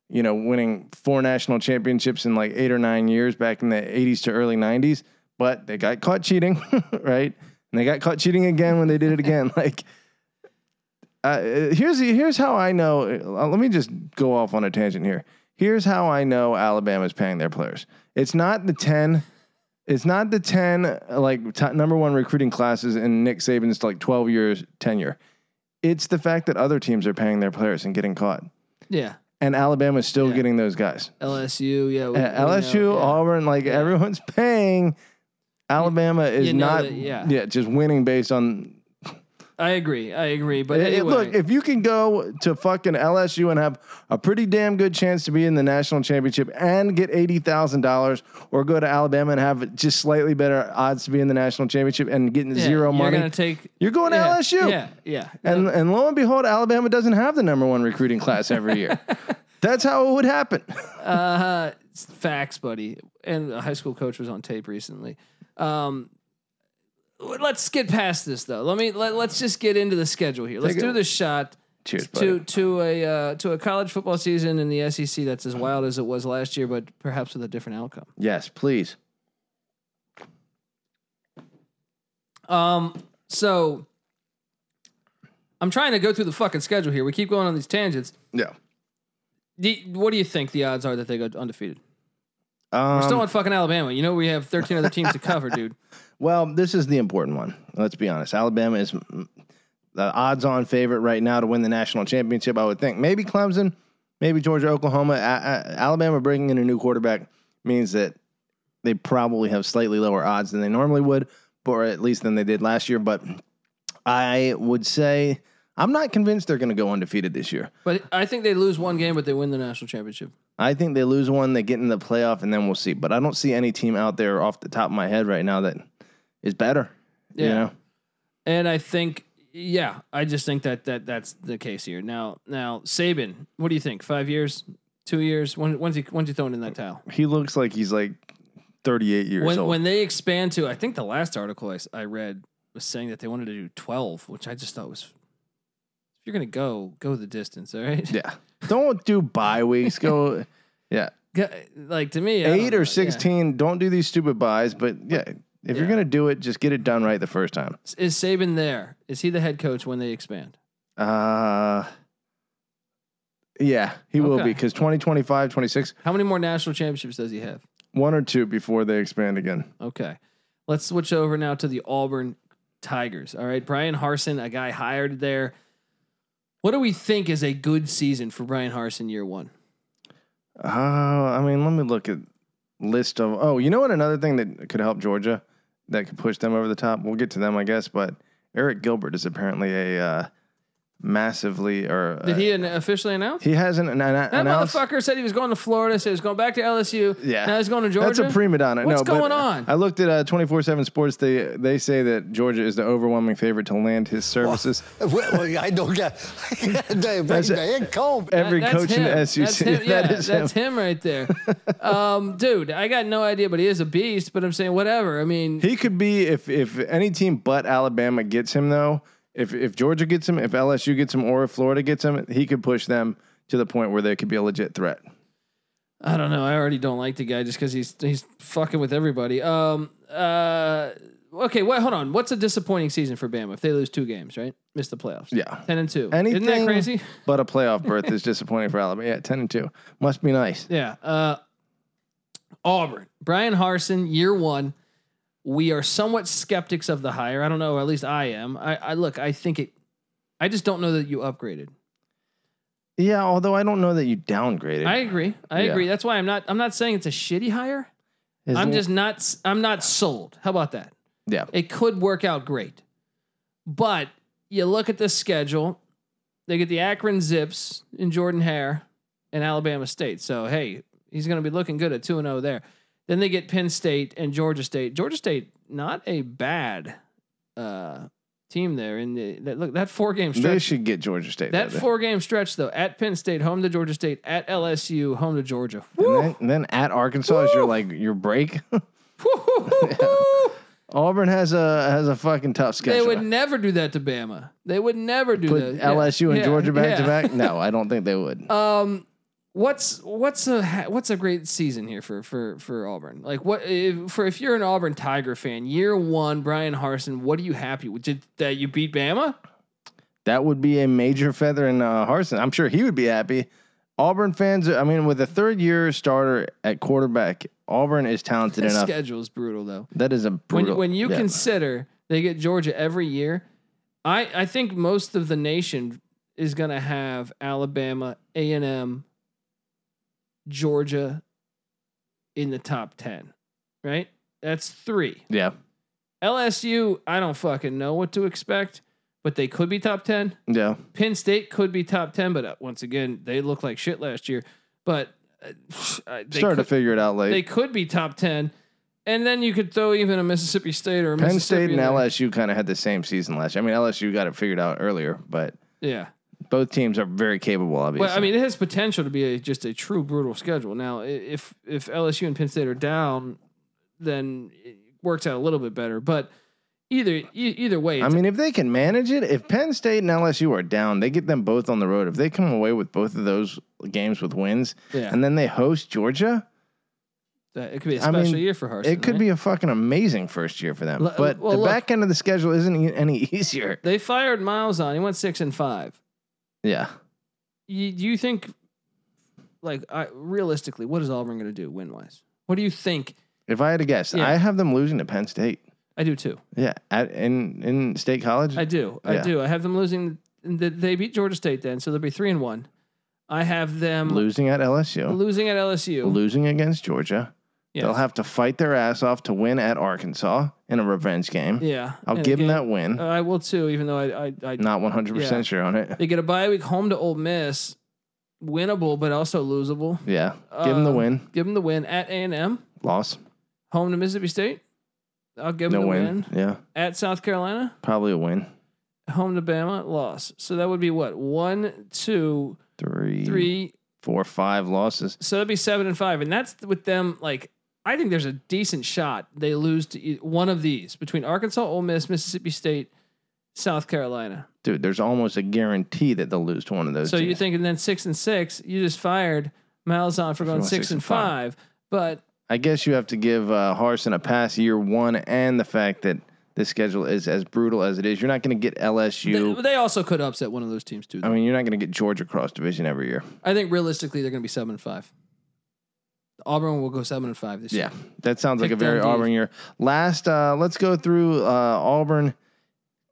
[SPEAKER 3] you know, winning four national championships in like eight or nine years back in the 80s to early 90s, but they got caught cheating, right? And they got caught cheating again when they did it again. like, uh, here's here's how I know. uh, Let me just go off on a tangent here. Here's how I know Alabama's paying their players. It's not the ten. It's not the ten uh, like t- number one recruiting classes in Nick Saban's like twelve years tenure. It's the fact that other teams are paying their players and getting caught,
[SPEAKER 1] Yeah.
[SPEAKER 3] and Alabama's still
[SPEAKER 1] Yeah.
[SPEAKER 3] getting those guys.
[SPEAKER 1] LSU. Yeah. we-
[SPEAKER 3] Uh,
[SPEAKER 1] we know,
[SPEAKER 3] LSU,
[SPEAKER 1] yeah.
[SPEAKER 3] Auburn, like everyone's paying. Alabama is
[SPEAKER 1] you know
[SPEAKER 3] not,
[SPEAKER 1] that- yeah.
[SPEAKER 3] yeah, just winning based on
[SPEAKER 1] I agree. I agree. But
[SPEAKER 3] Hey,
[SPEAKER 1] anyway,
[SPEAKER 3] Look, if you can go to fucking LSU and have a pretty damn good chance to be in the national championship and get eighty thousand dollars, or go to Alabama and have just slightly better odds to be in the national championship and getting
[SPEAKER 1] yeah,
[SPEAKER 3] zero
[SPEAKER 1] you're
[SPEAKER 3] money,
[SPEAKER 1] Gonna take,
[SPEAKER 3] you're going to
[SPEAKER 1] yeah,
[SPEAKER 3] LSU.
[SPEAKER 1] Yeah. Yeah.
[SPEAKER 3] And and lo and behold, Alabama doesn't have the number one recruiting class every year. That's how it would happen.
[SPEAKER 1] uh, it's facts, buddy. And a high school coach was on tape recently. Um, let's get past this though. Let me let, let's just get into the schedule here. Let's
[SPEAKER 3] Take it.
[SPEAKER 1] do this shot
[SPEAKER 3] Cheers,
[SPEAKER 1] to
[SPEAKER 3] buddy.
[SPEAKER 1] to a uh, to a college football season in the SEC that's as wild as it was last year, but perhaps with a different outcome.
[SPEAKER 3] Yes, please.
[SPEAKER 1] Um, so I'm trying to go through the fucking schedule here. We keep going on these tangents.
[SPEAKER 3] Yeah.
[SPEAKER 1] Do, what do you think the odds are that they go undefeated?
[SPEAKER 3] Um,
[SPEAKER 1] We're still in fucking Alabama. You know we have 13 other teams to cover, dude.
[SPEAKER 3] Well, this is the important one. Let's be honest. Alabama is mm, the odds on favorite right now to win the national championship, I would think. Maybe Clemson, maybe Georgia, Oklahoma. A- A- Alabama bringing in a new quarterback means that they probably have slightly lower odds than they normally would, or at least than they did last year. But I would say I'm not convinced they're going to go undefeated this year.
[SPEAKER 1] But I think they lose one game, but they win the national championship.
[SPEAKER 3] I think they lose one, they get in the playoff, and then we'll see. But I don't see any team out there off the top of my head right now that is better.
[SPEAKER 1] Yeah.
[SPEAKER 3] You know,
[SPEAKER 1] And I think, yeah, I just think that that that's the case here. Now, now Saban, what do you think? Five years, two years? When when's he when's he throwing in that towel?
[SPEAKER 3] he looks like he's like 38 years
[SPEAKER 1] When
[SPEAKER 3] old.
[SPEAKER 1] when they expand to, I think the last article I, s- I read was saying that they wanted to do twelve, which I just thought was, if you're gonna go, go the distance, all right?
[SPEAKER 3] yeah. Don't do bye weeks. Go
[SPEAKER 1] Go- Like to me, I
[SPEAKER 3] eight
[SPEAKER 1] don't know,
[SPEAKER 3] or
[SPEAKER 1] yeah.
[SPEAKER 3] 16. Don't do these stupid buys. But yeah, if
[SPEAKER 1] Yeah.
[SPEAKER 3] you're going to do it, just get it done right the first time.
[SPEAKER 1] Is Saban there? Is he the head coach when they expand?
[SPEAKER 3] Uh, yeah, he will
[SPEAKER 1] Okay.
[SPEAKER 3] be because 2025, 26,
[SPEAKER 1] How many more national championships does he have?
[SPEAKER 3] one or two before they expand again.
[SPEAKER 1] Okay. Let's switch over now to the Auburn Tigers. All right. Brian Harson, a guy hired there. What do we think is a good season for Brian Harson year one?
[SPEAKER 3] Uh, I mean, let me look at list of. Oh, you know what? Another thing that could help Georgia that could push them over the top. We'll get to them, I guess. But Eric Gilbert is apparently a uh, massively or
[SPEAKER 1] Did
[SPEAKER 3] uh,
[SPEAKER 1] he an- officially announce?
[SPEAKER 3] He hasn't an, an,
[SPEAKER 1] That
[SPEAKER 3] announced.
[SPEAKER 1] motherfucker said he was going to Florida, said he was going back to LSU.
[SPEAKER 3] Yeah.
[SPEAKER 1] Now he's going to Georgia.
[SPEAKER 3] That's a prima donna.
[SPEAKER 1] What's
[SPEAKER 3] no, but
[SPEAKER 1] going on?
[SPEAKER 3] I looked at twenty four seven Sports. They they say that Georgia is the overwhelming favorite to land his services.
[SPEAKER 5] well, I don't got the,
[SPEAKER 3] it.
[SPEAKER 5] head comb.
[SPEAKER 1] That-
[SPEAKER 3] Every
[SPEAKER 1] that's
[SPEAKER 3] coach
[SPEAKER 1] him.
[SPEAKER 3] in the SEC.
[SPEAKER 1] That's him, yeah,
[SPEAKER 3] that is him.
[SPEAKER 1] that's him right there. um, dude, I got no idea, but he is a beast. But I'm saying whatever. I mean,
[SPEAKER 3] He could be if if any team but Alabama gets him though. If if Georgia gets him, if LSU gets him, or if Florida gets him, he could push them to the point where they could be a legit threat.
[SPEAKER 1] I don't know. I already don't like the guy just because he's he's fucking with everybody. Um. Uh. Okay. Wait. Hold on. What's a disappointing season for Bama if they lose two games? Right. Miss the playoffs.
[SPEAKER 3] Yeah.
[SPEAKER 1] Ten and two.
[SPEAKER 3] Anything
[SPEAKER 1] Isn't that crazy?
[SPEAKER 3] but a playoff berth is disappointing for Alabama. Yeah, ten and two must be nice.
[SPEAKER 1] Yeah. Uh. Auburn. Brian Harson. Year one. We are somewhat skeptics of the hire. I don't know. Or at least I am. I, I look. I think it. I just don't know that you upgraded.
[SPEAKER 3] Yeah, although I don't know that you downgraded.
[SPEAKER 1] I agree. I
[SPEAKER 3] Yeah.
[SPEAKER 1] agree. That's why I'm not. I'm not saying it's a shitty hire.
[SPEAKER 3] His
[SPEAKER 1] I'm
[SPEAKER 3] l-
[SPEAKER 1] just not. s- I'm not sold. How about that?
[SPEAKER 3] yeah.
[SPEAKER 1] it could work out great. But you look at this schedule, they get the Akron Zips and Jordan Hare and Alabama State. So, hey, he's going to be looking good at 2 0 there. Then they get Penn State and Georgia State. Georgia State, not a bad uh, team there. And the, that, look, that four game
[SPEAKER 3] They
[SPEAKER 1] stretch.
[SPEAKER 3] should get Georgia State.
[SPEAKER 1] That
[SPEAKER 3] though.
[SPEAKER 1] four game stretch, though, at Penn State, home to Georgia State, at LSU, home to Georgia.
[SPEAKER 3] And
[SPEAKER 1] Woo!
[SPEAKER 3] then, and then at Arkansas is your like your break.
[SPEAKER 1] Woo, woo, woo, woo.
[SPEAKER 3] Auburn has a has a fucking tough
[SPEAKER 1] They
[SPEAKER 3] schedule.
[SPEAKER 1] would never do that to Bama. They would never do
[SPEAKER 3] Put
[SPEAKER 1] that. Yeah.
[SPEAKER 3] LSU and
[SPEAKER 1] Yeah.
[SPEAKER 3] Georgia back to
[SPEAKER 1] Yeah.
[SPEAKER 3] back. No, I don't think they would.
[SPEAKER 1] Um, what's what's a ha- what's a great season here for for for Auburn? Like what if, for if you're an Auburn Tiger fan, year one, Brian Harson, what are you happy with? Did, that you beat Bama?
[SPEAKER 3] That would be a major feather in uh, Harson. I'm sure he would be happy. Auburn fans, I mean, with a third year starter at quarterback, Auburn is talented
[SPEAKER 1] His
[SPEAKER 3] enough.
[SPEAKER 1] schedule is brutal though.
[SPEAKER 3] That is a
[SPEAKER 1] When
[SPEAKER 3] brutal.
[SPEAKER 1] when you
[SPEAKER 3] yeah.
[SPEAKER 1] consider they get Georgia every year, I I think most of the nation is gonna have Alabama, A and M, Georgia, in the top ten, right? That's three.
[SPEAKER 3] yeah,
[SPEAKER 1] LSU, I don't fucking know what to expect, but they could be top 10.
[SPEAKER 3] yeah,
[SPEAKER 1] Penn State could be top 10, but uh, once again, they look like shit last year. But uh, uh, they,
[SPEAKER 3] started
[SPEAKER 1] could,
[SPEAKER 3] to figure it out
[SPEAKER 1] they
[SPEAKER 3] late.
[SPEAKER 1] could be top 10. And then you could throw even a Mississippi State or a
[SPEAKER 3] Penn
[SPEAKER 1] Mississippi
[SPEAKER 3] State and
[SPEAKER 1] in there.
[SPEAKER 3] LSU kind of had the same season last year. I mean, LSU got it figured out earlier, but
[SPEAKER 1] Yeah.
[SPEAKER 3] both teams are very capable. Obviously,
[SPEAKER 1] Well, I mean, it has potential to be a, just a true brutal schedule. Now, i- if if LSU and Penn State are down, then it works out a little bit better. But either e- either way,
[SPEAKER 3] I
[SPEAKER 1] it's-
[SPEAKER 3] mean, if they can manage it, if Penn State and LSU are down, they get them both on the road. If they come away with both of those games with wins,
[SPEAKER 1] yeah,
[SPEAKER 3] and then they host Georgia,
[SPEAKER 1] that- it could be a
[SPEAKER 3] I
[SPEAKER 1] special
[SPEAKER 3] mean,
[SPEAKER 1] year for Harson.
[SPEAKER 3] it could
[SPEAKER 1] right?
[SPEAKER 3] be a fucking amazing first year for them.
[SPEAKER 1] L-
[SPEAKER 3] but
[SPEAKER 1] well,
[SPEAKER 3] the
[SPEAKER 1] look-
[SPEAKER 3] back end of the schedule isn't e- any easier.
[SPEAKER 1] They fired Miles on. He went six and five.
[SPEAKER 3] Yeah,
[SPEAKER 1] You, do you think, like, I, realistically, what is Auburn going to do win wise? What do you think?
[SPEAKER 3] if I had to guess,
[SPEAKER 1] Yeah.
[SPEAKER 3] I have them losing to Penn State.
[SPEAKER 1] I do too.
[SPEAKER 3] Yeah, at, in in State College.
[SPEAKER 1] I do. I
[SPEAKER 3] Yeah.
[SPEAKER 1] do. I have them losing. th- They beat Georgia State then, so they'll be three and one. I have them
[SPEAKER 3] losing at LSU,
[SPEAKER 1] losing at LSU.
[SPEAKER 3] losing against Georgia,
[SPEAKER 1] Yes.
[SPEAKER 3] They'll have to fight their ass off to win at Arkansas in a revenge game.
[SPEAKER 1] Yeah,
[SPEAKER 3] I'll
[SPEAKER 1] and
[SPEAKER 3] give them
[SPEAKER 1] again, uh,
[SPEAKER 3] that win.
[SPEAKER 1] I will too, even though I, I, I
[SPEAKER 3] Not 100%
[SPEAKER 1] Yeah.
[SPEAKER 3] sure on it.
[SPEAKER 1] they get a bye week home to Ole Miss, winnable but also losable.
[SPEAKER 3] Yeah. give them the
[SPEAKER 1] Uh,
[SPEAKER 3] win.
[SPEAKER 1] Give them the win at A and M,
[SPEAKER 3] Loss.
[SPEAKER 1] home to Mississippi State. I'll give them
[SPEAKER 3] No
[SPEAKER 1] the
[SPEAKER 3] win.
[SPEAKER 1] win.
[SPEAKER 3] Yeah.
[SPEAKER 1] at South Carolina,
[SPEAKER 3] Probably a win.
[SPEAKER 1] home to Bama, loss. So that would be what one, two,
[SPEAKER 3] Three,
[SPEAKER 1] three.
[SPEAKER 3] four, five losses.
[SPEAKER 1] So that'd be seven and five, and that's with them like. I think there's a decent shot they lose to e- one of these between Arkansas, Ole Miss, Mississippi State, South Carolina.
[SPEAKER 3] Dude, there's almost a guarantee that they'll lose to one of those.
[SPEAKER 1] So you're
[SPEAKER 3] teams.
[SPEAKER 1] thinking then six and six, you just fired Malzahn for going
[SPEAKER 3] going
[SPEAKER 1] six, and five. But
[SPEAKER 3] I guess you have to give uh, Harson a pass year one and the fact that this schedule is as brutal as it is. You're not going to get LSU.
[SPEAKER 1] they, they also could upset one of those teams too.
[SPEAKER 3] I mean, you're not going to get Georgia cross division every year.
[SPEAKER 1] I think realistically they're going to be seven and five. Auburn will go seven and five this
[SPEAKER 3] Yeah,
[SPEAKER 1] year.
[SPEAKER 3] that sounds like a
[SPEAKER 1] Pick
[SPEAKER 3] very
[SPEAKER 1] Dundee.
[SPEAKER 3] Auburn year. Last, uh, let's go through uh, Auburn,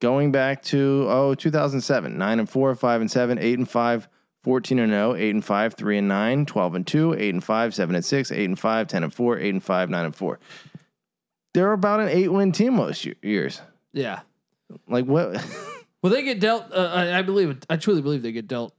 [SPEAKER 3] going back to oh 2007, nine and four, five and seven, eight and five, 14 and 0, 8 and 5, 3 and 9, 12 and 2, 8 and 5, 7 and 6, 8 and 5, 10 and 4, 8 and 5, 9 and 4. They're about an 8 win team most ye- years.
[SPEAKER 1] Yeah.
[SPEAKER 3] Like what
[SPEAKER 1] Well, they get dealt. Uh, I, I believe. I truly believe they get dealt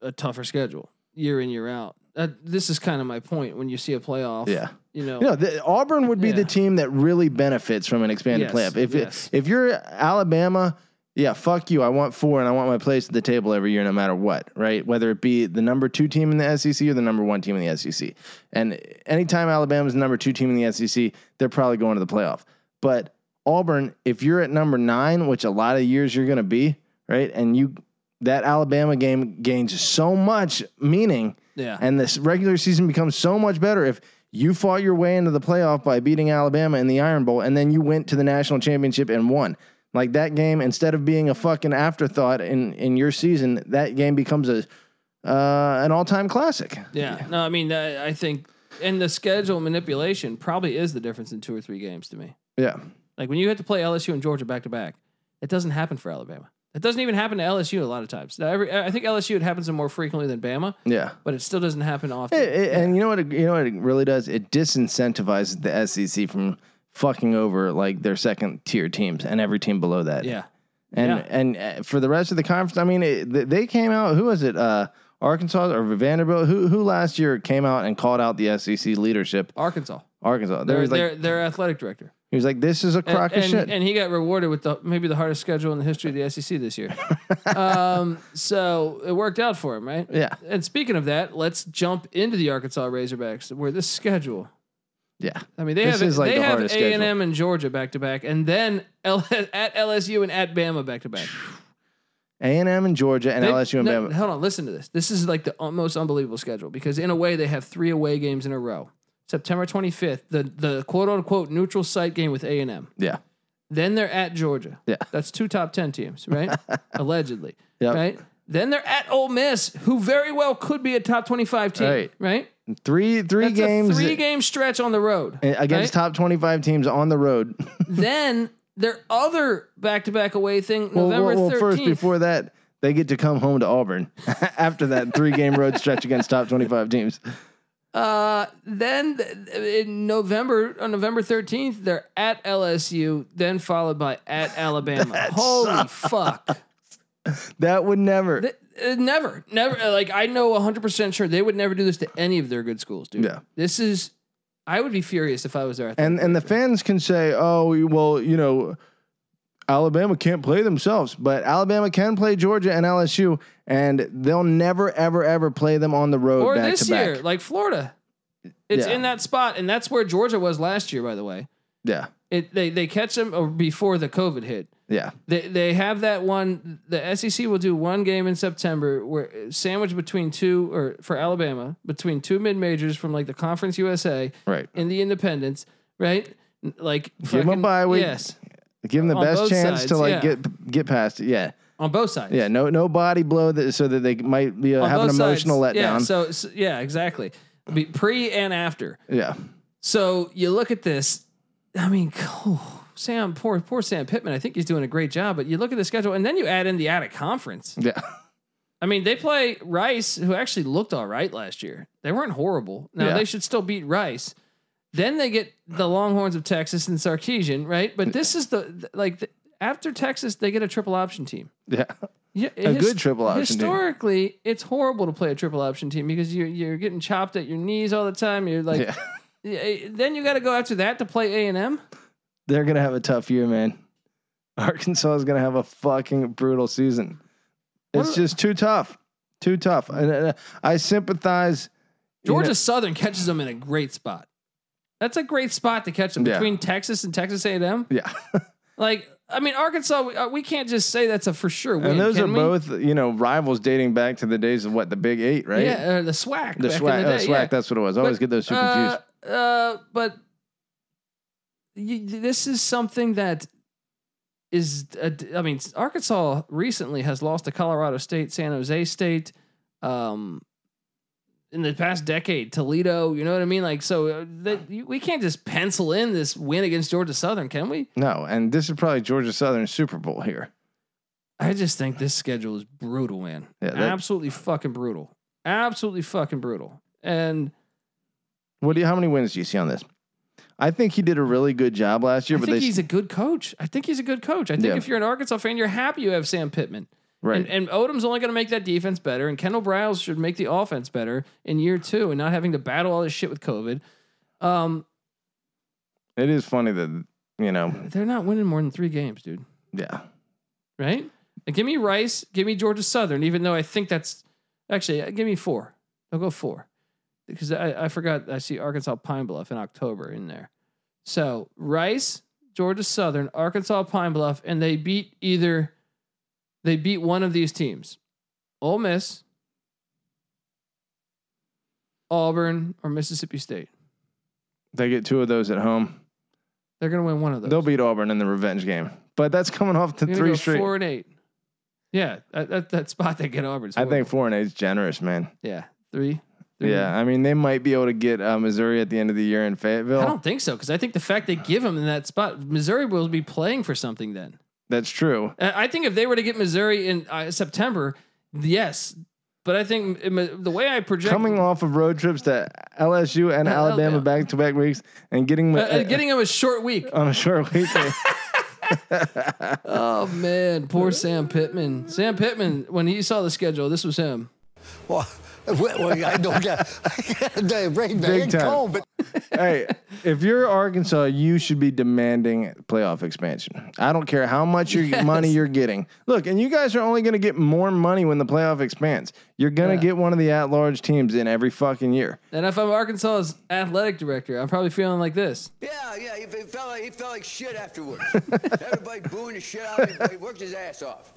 [SPEAKER 1] a tougher schedule year in year out. Uh, this is kind of my point when you see a playoff.
[SPEAKER 3] Yeah.
[SPEAKER 1] You know.
[SPEAKER 3] You know, the, Auburn would be
[SPEAKER 1] Yeah.
[SPEAKER 3] the team that really benefits from an expanded
[SPEAKER 1] Yes,
[SPEAKER 3] playoff. If it-
[SPEAKER 1] yes.
[SPEAKER 3] if you're Alabama, yeah, fuck you. I want four, and I want my place at the table every year, no matter what. Right? Whether it be the number two team in the SEC or the number one team in the SEC. And anytime Alabama's the number two team in the SEC, they're probably going to the playoff. But Auburn, if you're at number nine, which a lot of years you're going to be, right, and you that Alabama game gains so much meaning
[SPEAKER 1] Yeah.
[SPEAKER 3] and this regular season becomes so much better if you fought your way into the playoff by beating Alabama in the Iron Bowl and then you went to the national championship and won. Like that game, instead of being a fucking afterthought in in your season, that game becomes a uh, an all time classic.
[SPEAKER 1] yeah. No, I mean, I, I think, and the schedule manipulation probably is the difference in two or three games to me.
[SPEAKER 3] Yeah,
[SPEAKER 1] Like when you have to play LSU and Georgia back to back, it doesn't happen for Alabama. It doesn't even happen to LSU a lot of times. Now, every, I think LSU it happens more frequently than Bama,
[SPEAKER 3] yeah.
[SPEAKER 1] but it still doesn't happen often.
[SPEAKER 3] It- it- and you know what? It, you know what it really does? It disincentivizes the SEC from fucking over like their second tier teams and every team below that.
[SPEAKER 1] yeah,
[SPEAKER 3] And
[SPEAKER 1] Yeah.
[SPEAKER 3] and uh, for the rest of the conference, I mean, it, th- they came out. Who was it? Uh, Arkansas or Vanderbilt? Who who last year came out and called out the SEC leadership?
[SPEAKER 1] Arkansas.
[SPEAKER 3] Arkansas. There
[SPEAKER 1] Their,
[SPEAKER 3] was like
[SPEAKER 1] their their athletic director,
[SPEAKER 3] he was like, this is a
[SPEAKER 1] and,
[SPEAKER 3] crock of
[SPEAKER 1] and,
[SPEAKER 3] shit.
[SPEAKER 1] and he got rewarded with the maybe the hardest schedule in the history of the SEC this year. um, so it worked out for him, right?
[SPEAKER 3] yeah,
[SPEAKER 1] And speaking of that, let's jump into the Arkansas Razorbacks, where this schedule.
[SPEAKER 3] yeah.
[SPEAKER 1] I mean, they
[SPEAKER 3] This
[SPEAKER 1] have
[SPEAKER 3] is like
[SPEAKER 1] they
[SPEAKER 3] the
[SPEAKER 1] have
[SPEAKER 3] hardest
[SPEAKER 1] A and M and Georgia back to back, and then L- at LSU and at Bama back to back.
[SPEAKER 3] A and M and Georgia and
[SPEAKER 1] They-
[SPEAKER 3] LSU and
[SPEAKER 1] no,
[SPEAKER 3] Bama.
[SPEAKER 1] Hold on, listen to this. This is like the un- most unbelievable schedule because in a way they have three away games in a row. September 25th, the the quote unquote neutral site game with A and M.
[SPEAKER 3] Yeah,
[SPEAKER 1] Then they're at Georgia.
[SPEAKER 3] Yeah.
[SPEAKER 1] that's two top ten teams, right? Allegedly,
[SPEAKER 3] Yep.
[SPEAKER 1] right? Then they're at Ole Miss, who very well could be a top 25 team,
[SPEAKER 3] Right.
[SPEAKER 1] right?
[SPEAKER 3] three three
[SPEAKER 1] That's
[SPEAKER 3] games
[SPEAKER 1] a three game stretch on the road
[SPEAKER 3] against
[SPEAKER 1] right?
[SPEAKER 3] top twenty five teams on the road.
[SPEAKER 1] Then their other back to back away thing,
[SPEAKER 3] well,
[SPEAKER 1] November
[SPEAKER 3] well, well,
[SPEAKER 1] 13th.
[SPEAKER 3] first before that. They get to come home to Auburn after that three-game road stretch against top twenty-five teams.
[SPEAKER 1] Uh, then th- in November on November thirteenth, they're at LSU, then followed by at Alabama. Holy fuck!
[SPEAKER 3] That would never.
[SPEAKER 1] Th- uh, never, never. uh, Like I know hundred percent sure they would never do this to any of their good schools, dude.
[SPEAKER 3] Yeah.
[SPEAKER 1] This is. I would be furious if I was there.
[SPEAKER 3] and and the fans can say, "Oh, well, you know, Alabama can't play themselves, but Alabama can play Georgia and LSU, and they'll never, ever, ever play them on the road
[SPEAKER 1] or
[SPEAKER 3] back
[SPEAKER 1] this
[SPEAKER 3] to back."
[SPEAKER 1] year, like Florida, it's
[SPEAKER 3] Yeah.
[SPEAKER 1] in that spot, and that's where Georgia was last year. By the way,
[SPEAKER 3] yeah,
[SPEAKER 1] it they they catch them uh, before the COVID hit.
[SPEAKER 3] yeah,
[SPEAKER 1] They they have that one. The SEC will do one game in September, where uh, sandwiched between two or for Alabama between two mid majors from like the Conference USA
[SPEAKER 3] right.
[SPEAKER 1] and the Independents, right? Like
[SPEAKER 3] them a
[SPEAKER 1] fucking-
[SPEAKER 3] bye week.
[SPEAKER 1] Yes,
[SPEAKER 3] Give them the
[SPEAKER 1] On
[SPEAKER 3] best
[SPEAKER 1] both
[SPEAKER 3] chance to
[SPEAKER 1] sides,
[SPEAKER 3] like
[SPEAKER 1] yeah.
[SPEAKER 3] get get past it. Yeah,
[SPEAKER 1] on both sides.
[SPEAKER 3] yeah. No, no body blow that so that they might be uh,
[SPEAKER 1] on
[SPEAKER 3] have an
[SPEAKER 1] both
[SPEAKER 3] emotional
[SPEAKER 1] sides. Yeah.
[SPEAKER 3] letdown.
[SPEAKER 1] So, so yeah, exactly. Be pre and after.
[SPEAKER 3] yeah,
[SPEAKER 1] So you look at this. I mean, oh, Sam, poor poor Sam Pittman. I think he's doing a great job. But you look at the schedule, and then you add in the out of conference.
[SPEAKER 3] yeah.
[SPEAKER 1] I mean, they play Rice, who actually looked all right last year. They weren't horrible. Now
[SPEAKER 3] Yeah.
[SPEAKER 1] they should still beat Rice. Then they get the Longhorns of Texas and Sarkeesian, right? But this is the th- like the, after Texas, they get a triple option team.
[SPEAKER 3] Yeah.
[SPEAKER 1] Yeah,
[SPEAKER 3] A good triple option team.
[SPEAKER 1] Historically, it's horrible to play a triple option team because you're you're getting chopped at your knees all the time. You're like,
[SPEAKER 3] Yeah.
[SPEAKER 1] Yeah, then you got to go after that to play A and M.
[SPEAKER 3] They're going to have a tough year, man. Arkansas is going to have a fucking brutal season.
[SPEAKER 1] What
[SPEAKER 3] It's
[SPEAKER 1] do-
[SPEAKER 3] just too tough. Too tough. And uh, I sympathize. you know-
[SPEAKER 1] Georgia Southern catches them in a great spot. That's a great spot to catch them
[SPEAKER 3] Yeah.
[SPEAKER 1] between Texas and Texas A&M.
[SPEAKER 3] Yeah.
[SPEAKER 1] Like, I mean, Arkansas, we, uh, we can't just say that's a for sure win.
[SPEAKER 3] and those
[SPEAKER 1] can
[SPEAKER 3] are
[SPEAKER 1] we?
[SPEAKER 3] both, you know, rivals dating back to the days of what, the Big Eight, right?
[SPEAKER 1] yeah, uh, the SWAC.
[SPEAKER 3] The
[SPEAKER 1] back in
[SPEAKER 3] SWAC,
[SPEAKER 1] the
[SPEAKER 3] oh,
[SPEAKER 1] day,
[SPEAKER 3] SWAC
[SPEAKER 1] yeah.
[SPEAKER 3] that's what it was. I always get those two confused.
[SPEAKER 1] Uh, uh, but you, this is something that is, a d- I mean, Arkansas recently has lost to Colorado State, San Jose State, um, in the past decade, Toledo. You know what I mean? Like, so uh, that you- we can't just pencil in this win against Georgia Southern, can we?
[SPEAKER 3] No, and this is probably Georgia Southern Super Bowl here.
[SPEAKER 1] I just think this schedule is brutal, man.
[SPEAKER 3] Yeah, that-
[SPEAKER 1] Absolutely fucking brutal. Absolutely fucking brutal. And
[SPEAKER 3] What do you, how many wins do you see on this? I think he did a really good job last year,
[SPEAKER 1] I
[SPEAKER 3] but
[SPEAKER 1] think
[SPEAKER 3] they
[SPEAKER 1] he's a good coach. I think he's a good coach. I think
[SPEAKER 3] Yeah.
[SPEAKER 1] if you're an Arkansas fan, you're happy you have Sam Pittman.
[SPEAKER 3] right.
[SPEAKER 1] And, and Odom's only going to make that defense better, and Kendall Bryles should make the offense better in year two, and not having to battle all this shit with COVID. Um,
[SPEAKER 3] it is funny that you know,
[SPEAKER 1] they're not winning more than three games, dude.
[SPEAKER 3] yeah,
[SPEAKER 1] Right? Like, give me Rice, give me Georgia Southern, even though I think that's actually uh, give me four. I'll go four because I, I forgot I see Arkansas Pine Bluff in October in there. So Rice, Georgia Southern, Arkansas Pine Bluff, and they beat either they beat one of these teams, Ole Miss, Auburn, or Mississippi State.
[SPEAKER 3] they get two of those at home.
[SPEAKER 1] They're gonna win one of those.
[SPEAKER 3] They'll beat Auburn in the revenge game, but that's coming off the
[SPEAKER 1] They're gonna
[SPEAKER 3] three
[SPEAKER 1] go
[SPEAKER 3] straight.
[SPEAKER 1] four and eight. Yeah, that, that, that spot they get Auburn's.
[SPEAKER 3] I think
[SPEAKER 1] horrible.
[SPEAKER 3] four and eight's generous, man.
[SPEAKER 1] yeah, three, three.
[SPEAKER 3] Yeah, I mean they might be able to get uh, Missouri at the end of the year in
[SPEAKER 1] I
[SPEAKER 3] Fayetteville.
[SPEAKER 1] don't think so because I think the fact they give them in that spot, Missouri will be playing for something then.
[SPEAKER 3] That's true.
[SPEAKER 1] Uh, I think if they were to get Missouri in uh, September, yes. But I think m- m- the way I project
[SPEAKER 3] Coming off of road trips to LSU and
[SPEAKER 1] Uh,
[SPEAKER 3] Alabama
[SPEAKER 1] Alabama.
[SPEAKER 3] back to back weeks and getting
[SPEAKER 1] uh,
[SPEAKER 3] uh,
[SPEAKER 1] uh, getting them a short week.
[SPEAKER 3] on a short weekend.
[SPEAKER 1] Oh man, poor Sam Pittman. Sam Pittman, when he saw the schedule, this was him.
[SPEAKER 5] Well, well, I don't get the
[SPEAKER 3] Big
[SPEAKER 5] rain man.
[SPEAKER 3] time.
[SPEAKER 5] Cold, but
[SPEAKER 3] hey, if you're Arkansas, you should be demanding playoff expansion. I don't care how much your money you're getting. Look, and you guys are only going to get more money when the playoff expands. You're going to
[SPEAKER 1] Yeah.
[SPEAKER 3] get one of the at-large teams in every fucking year.
[SPEAKER 1] And if I'm Arkansas's athletic director, I'm probably feeling like this.
[SPEAKER 6] Yeah, yeah, he he felt like he felt like shit afterwards. Everybody booing the shit out of him. but He worked his ass off.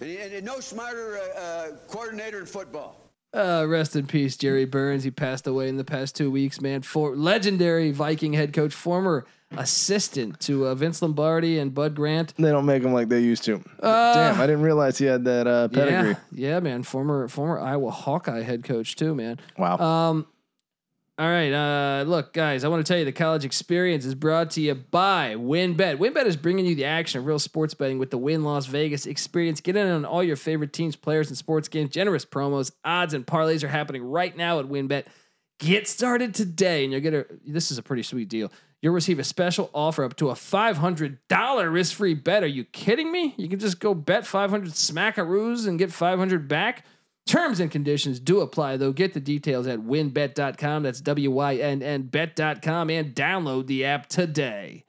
[SPEAKER 6] And, he- and no smarter uh, uh, coordinator in football.
[SPEAKER 1] Uh, rest in peace, Jerry Burns. He passed away in the past two weeks, man. For legendary Viking head coach, former assistant to uh, Vince Lombardi and Bud Grant.
[SPEAKER 3] They don't make them like they used to. Damn, I didn't realize he had that uh, pedigree.
[SPEAKER 1] Uh. Yeah, yeah, man. Former former Iowa Hawkeye head coach too, man.
[SPEAKER 3] Wow.
[SPEAKER 1] Um, all right. Uh, look, guys, I want to tell you the college experience is brought to you by WinBet. WinBet is bringing you the action of real sports betting with the Win Las Vegas experience. Get in on all your favorite teams, players, and sports games. Generous promos, odds, and parlays are happening right now at WinBet. Get started today, and you'll get a. This is a pretty sweet deal. You'll receive a special offer up to a five hundred dollar risk free bet. Are you kidding me? You can just go bet five hundred smackaroos and get five hundred back. Terms and conditions do apply, though. Get the details at winbet.com. That's W Y N N bet.com and download the app today.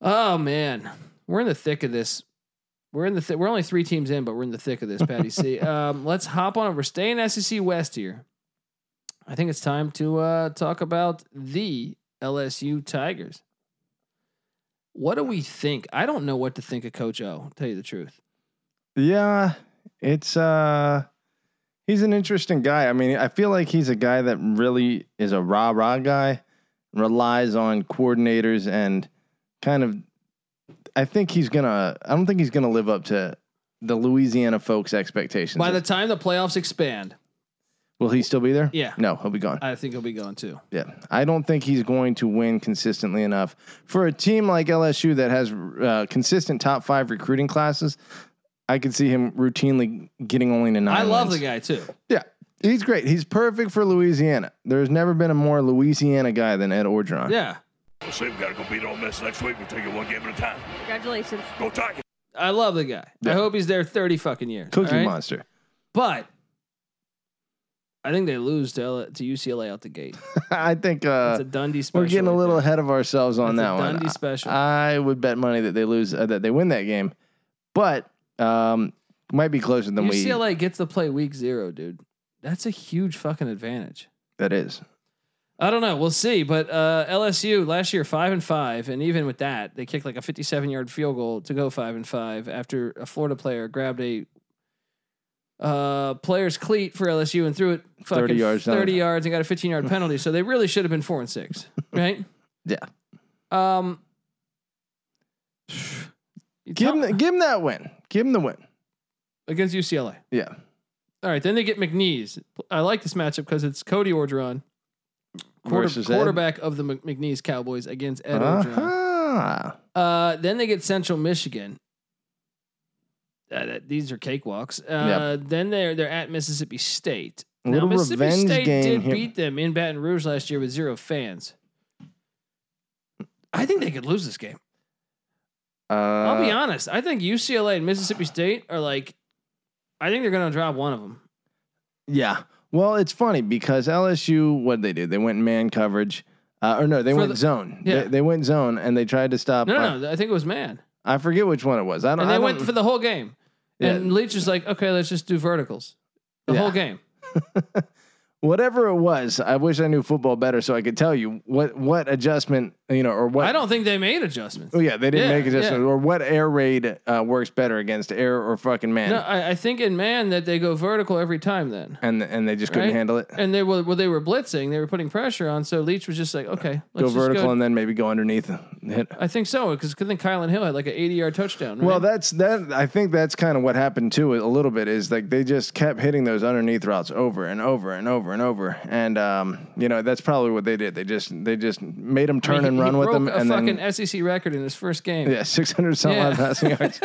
[SPEAKER 1] Oh, man. We're in the thick of this. We're in the th- we're only three teams in, but we're in the thick of this, Patty C. Um, let's hop on over. Stay in SEC West here. I think it's time to uh, talk about the LSU Tigers. What do we think? I don't know what to think of Coach O. Tell you the truth.
[SPEAKER 3] Yeah, it's uh he's an interesting guy. I mean, I feel like he's a guy that really is a rah-rah guy, relies on coordinators and kind of I think he's going to I don't think he's going to live up to the Louisiana folks' expectations.
[SPEAKER 1] By the time the playoffs expand,
[SPEAKER 3] Will he still be there?
[SPEAKER 1] Yeah.
[SPEAKER 3] No, he'll be gone.
[SPEAKER 1] I think he'll be gone too.
[SPEAKER 3] Yeah, I don't think he's going to win consistently enough for a team like LSU that has uh, consistent top five recruiting classes. I could see him routinely getting only to nine.
[SPEAKER 1] I love
[SPEAKER 3] wins.
[SPEAKER 1] the guy too.
[SPEAKER 3] Yeah, He's great. He's perfect for Louisiana. There's never been a more Louisiana guy than Ed Orgeron.
[SPEAKER 1] Yeah.
[SPEAKER 7] See, we gotta go beat Ole Miss next week. We'll take it one game at a time.
[SPEAKER 8] Congratulations.
[SPEAKER 7] Go Tigers!
[SPEAKER 1] I love the guy. I
[SPEAKER 3] Yeah.
[SPEAKER 1] hope he's there 30 fucking years.
[SPEAKER 3] Cookie
[SPEAKER 1] all right?
[SPEAKER 3] Monster.
[SPEAKER 1] But I think they lose to, L- to UCLA out the gate.
[SPEAKER 3] I think uh,
[SPEAKER 1] It's a Dundee special.
[SPEAKER 3] we're getting a
[SPEAKER 1] right
[SPEAKER 3] little
[SPEAKER 1] there.
[SPEAKER 3] ahead of ourselves on
[SPEAKER 1] That's
[SPEAKER 3] that
[SPEAKER 1] a
[SPEAKER 3] one.
[SPEAKER 1] Dundee
[SPEAKER 3] I-
[SPEAKER 1] special.
[SPEAKER 3] I would bet money that they lose, uh, that they win that game, but um, might be closer than we.
[SPEAKER 1] UCLA gets to play week zero, dude. That's a huge fucking advantage.
[SPEAKER 3] That is.
[SPEAKER 1] I don't know. We'll see. But uh, LSU last year five and five, and even with that, they kicked like a fifty-seven yard field goal to go five and five after a Florida player grabbed a uh, player's cleat for LSU and threw it fucking
[SPEAKER 3] 30 yards down.
[SPEAKER 1] thirty yards and got a fifteen yard penalty. So they really should have been four and six, right?
[SPEAKER 3] Yeah.
[SPEAKER 1] Um, you
[SPEAKER 3] Give
[SPEAKER 1] tell-
[SPEAKER 3] him, give him that win. Give him the win.
[SPEAKER 1] against UCLA.
[SPEAKER 3] Yeah.
[SPEAKER 1] All right, then they get McNeese. I like this matchup because it's Cody Orgeron, quarter,
[SPEAKER 3] Versus Ed.
[SPEAKER 1] quarterback of the Mc- McNeese Cowboys, against Ed Orgeron.
[SPEAKER 3] Uh-huh.
[SPEAKER 1] Uh, then they get Central Michigan. Uh, that, these are cakewalks. Uh, Then they're they're at Mississippi State.
[SPEAKER 3] A
[SPEAKER 1] Now,
[SPEAKER 3] little
[SPEAKER 1] Mississippi
[SPEAKER 3] revenge
[SPEAKER 1] State
[SPEAKER 3] game
[SPEAKER 1] did
[SPEAKER 3] here.
[SPEAKER 1] beat them in Baton Rouge last year with zero fans. I think they could lose this game.
[SPEAKER 3] Uh,
[SPEAKER 1] I'll be honest. I think UCLA and Mississippi State are like, I think they're going to drop one of them.
[SPEAKER 3] Yeah. Well, it's funny because LSU, what they do, they went man coverage, uh, or no, they
[SPEAKER 1] For
[SPEAKER 3] went
[SPEAKER 1] the-
[SPEAKER 3] zone.
[SPEAKER 1] Yeah.
[SPEAKER 3] They, they went zone and they tried to stop.
[SPEAKER 1] No,
[SPEAKER 3] uh,
[SPEAKER 1] no, no. I think it was man.
[SPEAKER 3] I forget which one it was. I don't.
[SPEAKER 1] and they
[SPEAKER 3] I
[SPEAKER 1] went
[SPEAKER 3] don't-
[SPEAKER 1] for the whole game. And
[SPEAKER 3] Yeah.
[SPEAKER 1] Leach is like, okay, let's just do verticals the
[SPEAKER 3] Yeah.
[SPEAKER 1] whole game.
[SPEAKER 3] whatever it was. I wish I knew football better so I could tell you what what adjustment you know or what.
[SPEAKER 1] I don't think they made adjustments.
[SPEAKER 3] Oh yeah, they didn't
[SPEAKER 1] Yeah,
[SPEAKER 3] make adjustments
[SPEAKER 1] yeah.
[SPEAKER 3] or what air raid uh, works better against air or fucking man.
[SPEAKER 1] No, I, I think in man that they go vertical every time then.
[SPEAKER 3] and and they just couldn't
[SPEAKER 1] Right?
[SPEAKER 3] handle it.
[SPEAKER 1] And they were well, they were blitzing, they were putting pressure on. So Leach was just like, okay, let's
[SPEAKER 3] Go
[SPEAKER 1] just
[SPEAKER 3] vertical
[SPEAKER 1] go-
[SPEAKER 3] and then maybe go underneath. and Hit.
[SPEAKER 1] I think so because then Kylan Hill had like an 80 yard touchdown. Right?
[SPEAKER 3] Well, that's that. I think that's kind of what happened too, a little bit. Is like they just kept hitting those underneath routes over and over and over and over, and um, you know that's probably what they did. They just they just made them turn
[SPEAKER 1] He-
[SPEAKER 3] and
[SPEAKER 1] he
[SPEAKER 3] run with
[SPEAKER 1] broke
[SPEAKER 3] them,
[SPEAKER 1] a
[SPEAKER 3] and
[SPEAKER 1] fucking
[SPEAKER 3] then
[SPEAKER 1] SEC record in his first game.
[SPEAKER 3] yeah, six hundred something
[SPEAKER 1] Yeah.
[SPEAKER 3] passing yards.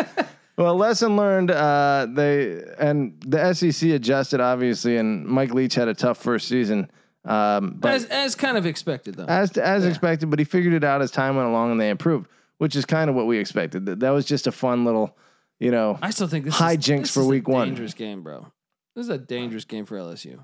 [SPEAKER 3] Well, lesson learned. Uh, they and the SEC adjusted obviously, and Mike Leach had a tough first season. Um, but
[SPEAKER 1] as as kind of expected though.
[SPEAKER 3] as as expected, but he figured it out as time went along and they improved, which is kind of what we expected. That, that was just a fun little, you know,
[SPEAKER 1] I still think this
[SPEAKER 3] hijinks
[SPEAKER 1] is, this
[SPEAKER 3] for
[SPEAKER 1] is a
[SPEAKER 3] week one.
[SPEAKER 1] Dangerous game, bro. This is a dangerous game for LSU.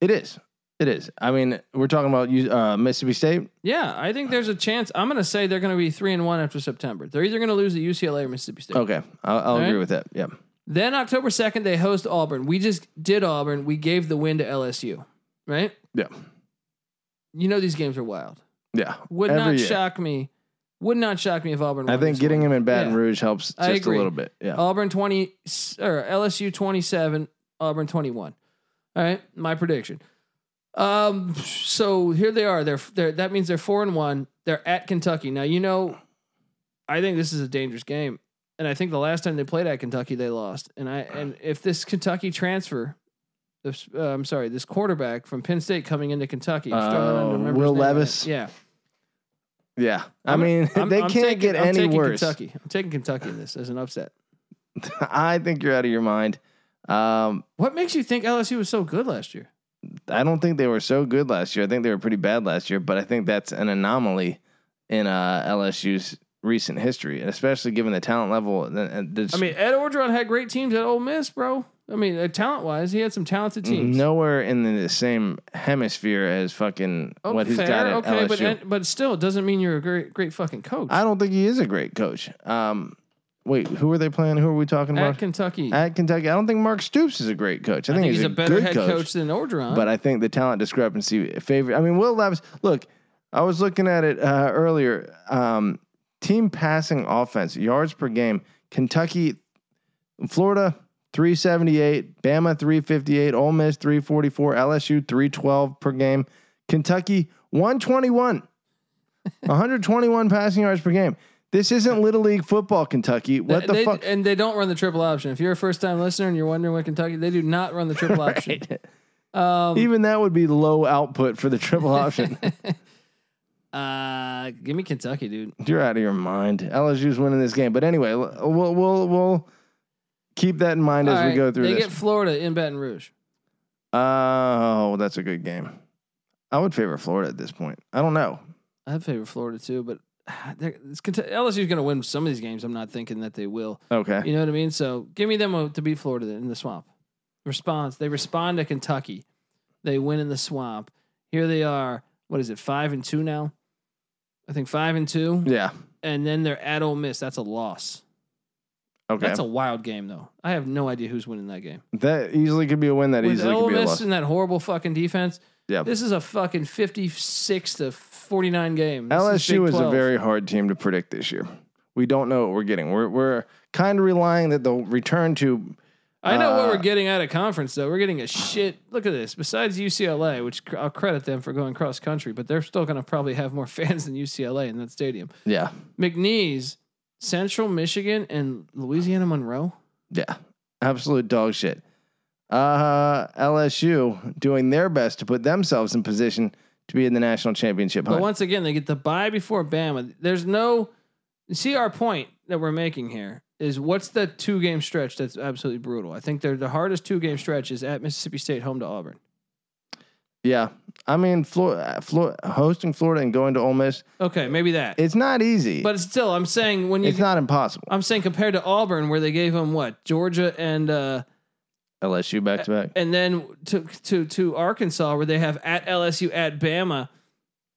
[SPEAKER 3] it is. It is. I mean, we're talking about you- uh, Mississippi State.
[SPEAKER 1] Yeah, I think there's a chance. I'm going to say they're going to be three and one after September. They're either going to lose to UCLA or Mississippi State.
[SPEAKER 3] Okay, I'll, I'll
[SPEAKER 1] right.
[SPEAKER 3] agree with that. Yep.
[SPEAKER 1] Then October 2nd, they host Auburn. We just did Auburn. We gave the win to LSU, right?
[SPEAKER 3] Yeah.
[SPEAKER 1] You know these games are wild.
[SPEAKER 3] Yeah.
[SPEAKER 1] Would
[SPEAKER 3] Every
[SPEAKER 1] not
[SPEAKER 3] year.
[SPEAKER 1] shock me. Would not shock me if Auburn.
[SPEAKER 3] I
[SPEAKER 1] won
[SPEAKER 3] think
[SPEAKER 1] this
[SPEAKER 3] getting
[SPEAKER 1] one.
[SPEAKER 3] him in Baton
[SPEAKER 1] Yeah.
[SPEAKER 3] Rouge helps just
[SPEAKER 1] I
[SPEAKER 3] a
[SPEAKER 1] agree. Oh.
[SPEAKER 3] little bit. Yeah.
[SPEAKER 1] Auburn 20 s- or LSU 27, Auburn 21. All right, my prediction. Um so here they are. They're, they're that means they're 4 and 1. They're at Kentucky. Now, you know I think this is a dangerous game. And I think the last time they played at Kentucky, they lost. And I and if this Kentucky transfer this, uh, I'm sorry, this quarterback from Penn State coming into Kentucky. I'm struggling to
[SPEAKER 3] Oh,
[SPEAKER 1] remember his
[SPEAKER 3] Will
[SPEAKER 1] name right
[SPEAKER 3] Levis?
[SPEAKER 1] now. Yeah.
[SPEAKER 3] yeah. I
[SPEAKER 1] I'm-
[SPEAKER 3] mean,
[SPEAKER 1] I'm-
[SPEAKER 3] they
[SPEAKER 1] I'm
[SPEAKER 3] can't
[SPEAKER 1] taking-
[SPEAKER 3] get
[SPEAKER 1] I'm
[SPEAKER 3] any
[SPEAKER 1] taking
[SPEAKER 3] worse.
[SPEAKER 1] Kentucky. I'm taking Kentucky in this as an upset.
[SPEAKER 3] I think you're out of your mind. Um,
[SPEAKER 1] What makes you think LSU was so good last year?
[SPEAKER 3] I don't think they were so good last year. I think they were pretty bad last year, but I think that's an anomaly in uh, LSU's recent history, and especially given the talent level. And, and the,
[SPEAKER 1] I mean, Ed Orgeron had great teams at Ole Miss, bro. I mean, uh, talent wise, he had some
[SPEAKER 3] Mm,
[SPEAKER 1] talented teams.
[SPEAKER 3] nowhere in the same hemisphere as fucking
[SPEAKER 1] Oh,
[SPEAKER 3] what he's
[SPEAKER 1] fair,
[SPEAKER 3] got at LSU.
[SPEAKER 1] but and- but still, it doesn't mean you're a great great fucking coach.
[SPEAKER 3] I don't think he is a great coach. Um, wait, who are they playing? Who are we talking
[SPEAKER 1] at
[SPEAKER 3] about?
[SPEAKER 1] Kentucky, I
[SPEAKER 3] at Kentucky, I don't think Mark Stoops is a great coach. I,
[SPEAKER 1] think he's, a, better
[SPEAKER 3] good
[SPEAKER 1] head coach, than Orgeron.
[SPEAKER 3] but I think the talent discrepancy favor. I mean, Will Levis. Look, I was looking at it uh, earlier. Um, team passing offense, yards per game. Kentucky, Florida, three seventy eight. Bama, three fifty eight. Ole Miss, three forty four. LSU, three twelve per game. Kentucky, one twenty one. 121 passing yards per game. This isn't little league football, Kentucky.
[SPEAKER 1] Th-
[SPEAKER 3] What the
[SPEAKER 1] they-
[SPEAKER 3] fuck?
[SPEAKER 1] And they don't run the triple option. If you're a first time listener and you're wondering what Kentucky, they do not run the triple option. Um,
[SPEAKER 3] Even that would be low output for the triple option.
[SPEAKER 1] uh, give me Kentucky, dude.
[SPEAKER 3] You're out of your mind. LSU's winning this game, but anyway, l- we'll we'll we'll keep that in mind as
[SPEAKER 1] All
[SPEAKER 3] we
[SPEAKER 1] right,
[SPEAKER 3] go through
[SPEAKER 1] they
[SPEAKER 3] this.
[SPEAKER 1] get Florida in Baton Rouge.
[SPEAKER 3] Oh, that's a good game. I would favor Florida at this point. I don't know.
[SPEAKER 1] I favor Florida too, but they're- it's cont- LSU's going to win some of these games. I'm not thinking that they will.
[SPEAKER 3] Okay.
[SPEAKER 1] You know what I mean? So give me them uh, to beat Florida in the swamp. Response. They respond to Kentucky. They win in the swamp. Here they are. What is it? Five and two now? I think five and two.
[SPEAKER 3] Yeah.
[SPEAKER 1] And then they're at Ole Miss. That's a loss.
[SPEAKER 3] Okay.
[SPEAKER 1] That's a wild game though. I have no idea who's winning that game.
[SPEAKER 3] that easily could be a win. That
[SPEAKER 1] With
[SPEAKER 3] easily
[SPEAKER 1] Ole
[SPEAKER 3] could be a
[SPEAKER 1] Miss
[SPEAKER 3] loss.
[SPEAKER 1] and that horrible fucking defense.
[SPEAKER 3] Yeah.
[SPEAKER 1] This is a fucking fifty-six to forty-nine game. This Big
[SPEAKER 3] LSU is a
[SPEAKER 1] 12.
[SPEAKER 3] very hard team to predict this year. We don't know what we're getting. We're we're kind of relying that they'll return to.
[SPEAKER 1] I know what
[SPEAKER 3] uh,
[SPEAKER 1] we're getting out of conference though. We're getting a shit. Look at this. Besides UCLA, which cr- I'll credit them for going cross country, but they're still going to probably have more fans than UCLA in that stadium.
[SPEAKER 3] Yeah,
[SPEAKER 1] McNeese, Central Michigan, and Louisiana Monroe.
[SPEAKER 3] yeah, absolute dog shit. Uh, LSU doing their best to put themselves in position to be in the national championship
[SPEAKER 1] But
[SPEAKER 3] hunt.
[SPEAKER 1] once again, they get the bye before Bama. There's no. See our point that we're making here is what's the two game stretch that's absolutely brutal. I think they're the hardest two game stretch is at Mississippi State, home to Auburn.
[SPEAKER 3] yeah, I mean, Florida, Florida, hosting Florida and going to Ole Miss,
[SPEAKER 1] Okay, maybe that.
[SPEAKER 3] it's not easy,
[SPEAKER 1] but still, I'm saying when you
[SPEAKER 3] it's not impossible.
[SPEAKER 1] I'm saying compared to Auburn, where they gave him what Georgia and uh,
[SPEAKER 3] LSU back to back.
[SPEAKER 1] and then to to to Arkansas, where they have at LSU at Bama.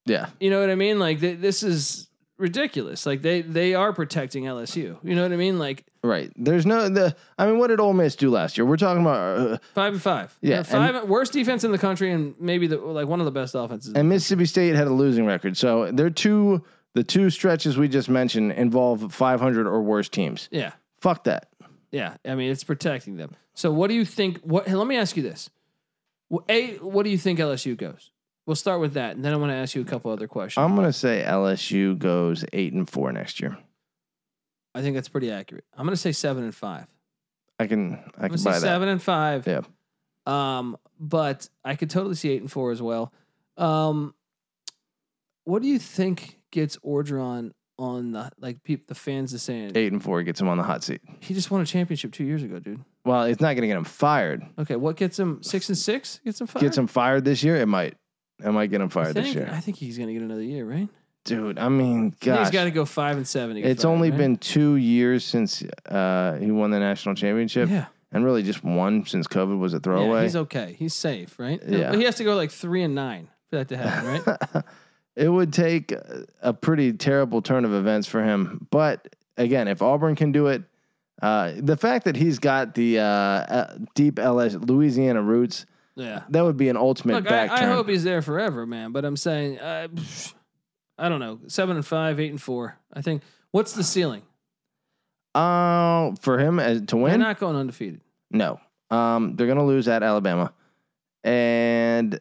[SPEAKER 3] Yeah,
[SPEAKER 1] You know what I mean? Like th- this is ridiculous. Like they they are protecting LSU. You know what I mean? Like
[SPEAKER 3] right. There's no the. I mean, what did Ole Miss do last year? We're talking about uh,
[SPEAKER 1] five and five.
[SPEAKER 3] Yeah,
[SPEAKER 1] They're five worst defense in the country, and maybe the like one of the best offenses.
[SPEAKER 3] and Mississippi State had a losing record. So their two the two stretches we just mentioned involve 500 or worse teams.
[SPEAKER 1] yeah,
[SPEAKER 3] Fuck that.
[SPEAKER 1] yeah. I mean, it's protecting them. So what do you think? What? Let me ask you this. Wh- A, what do you think LSU goes? We'll start with that, and then I want to ask you a couple other questions.
[SPEAKER 3] I'm gonna say LSU goes eight and four next year.
[SPEAKER 1] I think that's pretty accurate. I'm going to say seven and five.
[SPEAKER 3] I can I
[SPEAKER 1] I'm
[SPEAKER 3] can
[SPEAKER 1] gonna say
[SPEAKER 3] buy that.
[SPEAKER 1] seven and five.
[SPEAKER 3] Yeah.
[SPEAKER 1] Um, but I could totally see eight and four as well. Um, what do you think gets Ordron on the like peop, the fans are saying
[SPEAKER 3] Eight and four gets him on the hot seat.
[SPEAKER 1] he just won a championship two years ago, dude.
[SPEAKER 3] Well, it's not gonna get him fired.
[SPEAKER 1] Okay, what gets him six and six? Gets him five.
[SPEAKER 3] Gets him fired this year. It might. It might get him
[SPEAKER 1] I
[SPEAKER 3] fired
[SPEAKER 1] think,
[SPEAKER 3] this
[SPEAKER 1] I
[SPEAKER 3] year,
[SPEAKER 1] think he's gonna get another year, right?
[SPEAKER 3] dude. I mean,
[SPEAKER 1] I think
[SPEAKER 3] gosh,
[SPEAKER 1] he's got to go five and seven. to get
[SPEAKER 3] it's
[SPEAKER 1] fired,
[SPEAKER 3] only
[SPEAKER 1] right?
[SPEAKER 3] been two years since uh, he won the national championship,
[SPEAKER 1] yeah.
[SPEAKER 3] and really just one since COVID was a
[SPEAKER 1] yeah.
[SPEAKER 3] throwaway.
[SPEAKER 1] He's okay. He's safe, right?
[SPEAKER 3] Yeah.
[SPEAKER 1] But he has to go like three and nine for that to happen, right?
[SPEAKER 3] it would take a- a pretty terrible turn of events for him. But again, if Auburn can do it, uh, the fact that he's got the uh, uh, deep LS Louisiana roots,
[SPEAKER 1] yeah.
[SPEAKER 3] that would be an ultimate
[SPEAKER 1] Look, I,
[SPEAKER 3] back
[SPEAKER 1] I
[SPEAKER 3] turn.
[SPEAKER 1] hope he's there forever, man. But I'm saying, uh, pff, I don't know, seven and five, eight and four. I think. What's the ceiling?
[SPEAKER 3] Uh, for him as, to
[SPEAKER 1] They're
[SPEAKER 3] win,
[SPEAKER 1] not going undefeated.
[SPEAKER 3] no, um, they're gonna lose at Alabama, and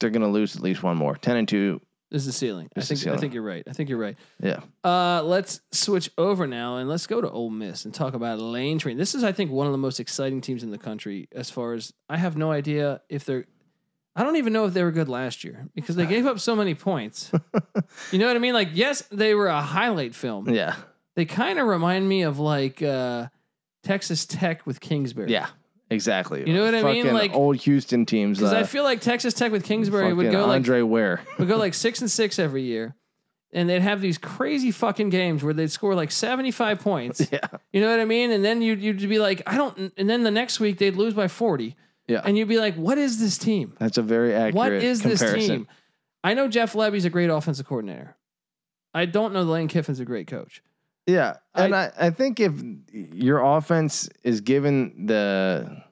[SPEAKER 3] they're gonna lose at least one more. Ten and two,
[SPEAKER 1] Is the ceiling? I
[SPEAKER 3] It's the
[SPEAKER 1] think. I
[SPEAKER 3] ceiling.
[SPEAKER 1] think you're right. I think you're right.
[SPEAKER 3] yeah,
[SPEAKER 1] Uh, let's switch over now and let's go to Ole Miss and talk about Lane Train. This is, I think, one of the most exciting teams in the country. As far as I have no idea if they're, I don't even know if they were good last year because they gave up so many points. you know what I mean? Like, yes, they were a highlight film.
[SPEAKER 3] yeah,
[SPEAKER 1] They kind of remind me of like uh, Texas Tech with Kingsbury.
[SPEAKER 3] yeah, exactly.
[SPEAKER 1] You know what I mean?
[SPEAKER 3] Fucking
[SPEAKER 1] Like-
[SPEAKER 3] old Houston teams.
[SPEAKER 1] because
[SPEAKER 3] uh,
[SPEAKER 1] I feel like Texas Tech with Kingsbury would
[SPEAKER 3] fucking
[SPEAKER 1] go like
[SPEAKER 3] Andre Ware.
[SPEAKER 1] would go like six and six every year, and they'd have these crazy fucking games where they'd score like seventy five points.
[SPEAKER 3] yeah,
[SPEAKER 1] You know what I mean? And then you'd you'd be like, I don't. And then the next week they'd lose by forty,
[SPEAKER 3] yeah.
[SPEAKER 1] and you'd be like, What is this team?
[SPEAKER 3] That's a very accurate
[SPEAKER 1] What is this
[SPEAKER 3] comparison.
[SPEAKER 1] team? I know Jeff Levy's a great offensive coordinator. I don't know Lane Kiffin's a great coach.
[SPEAKER 3] Yeah, and I, I think if your offense is given the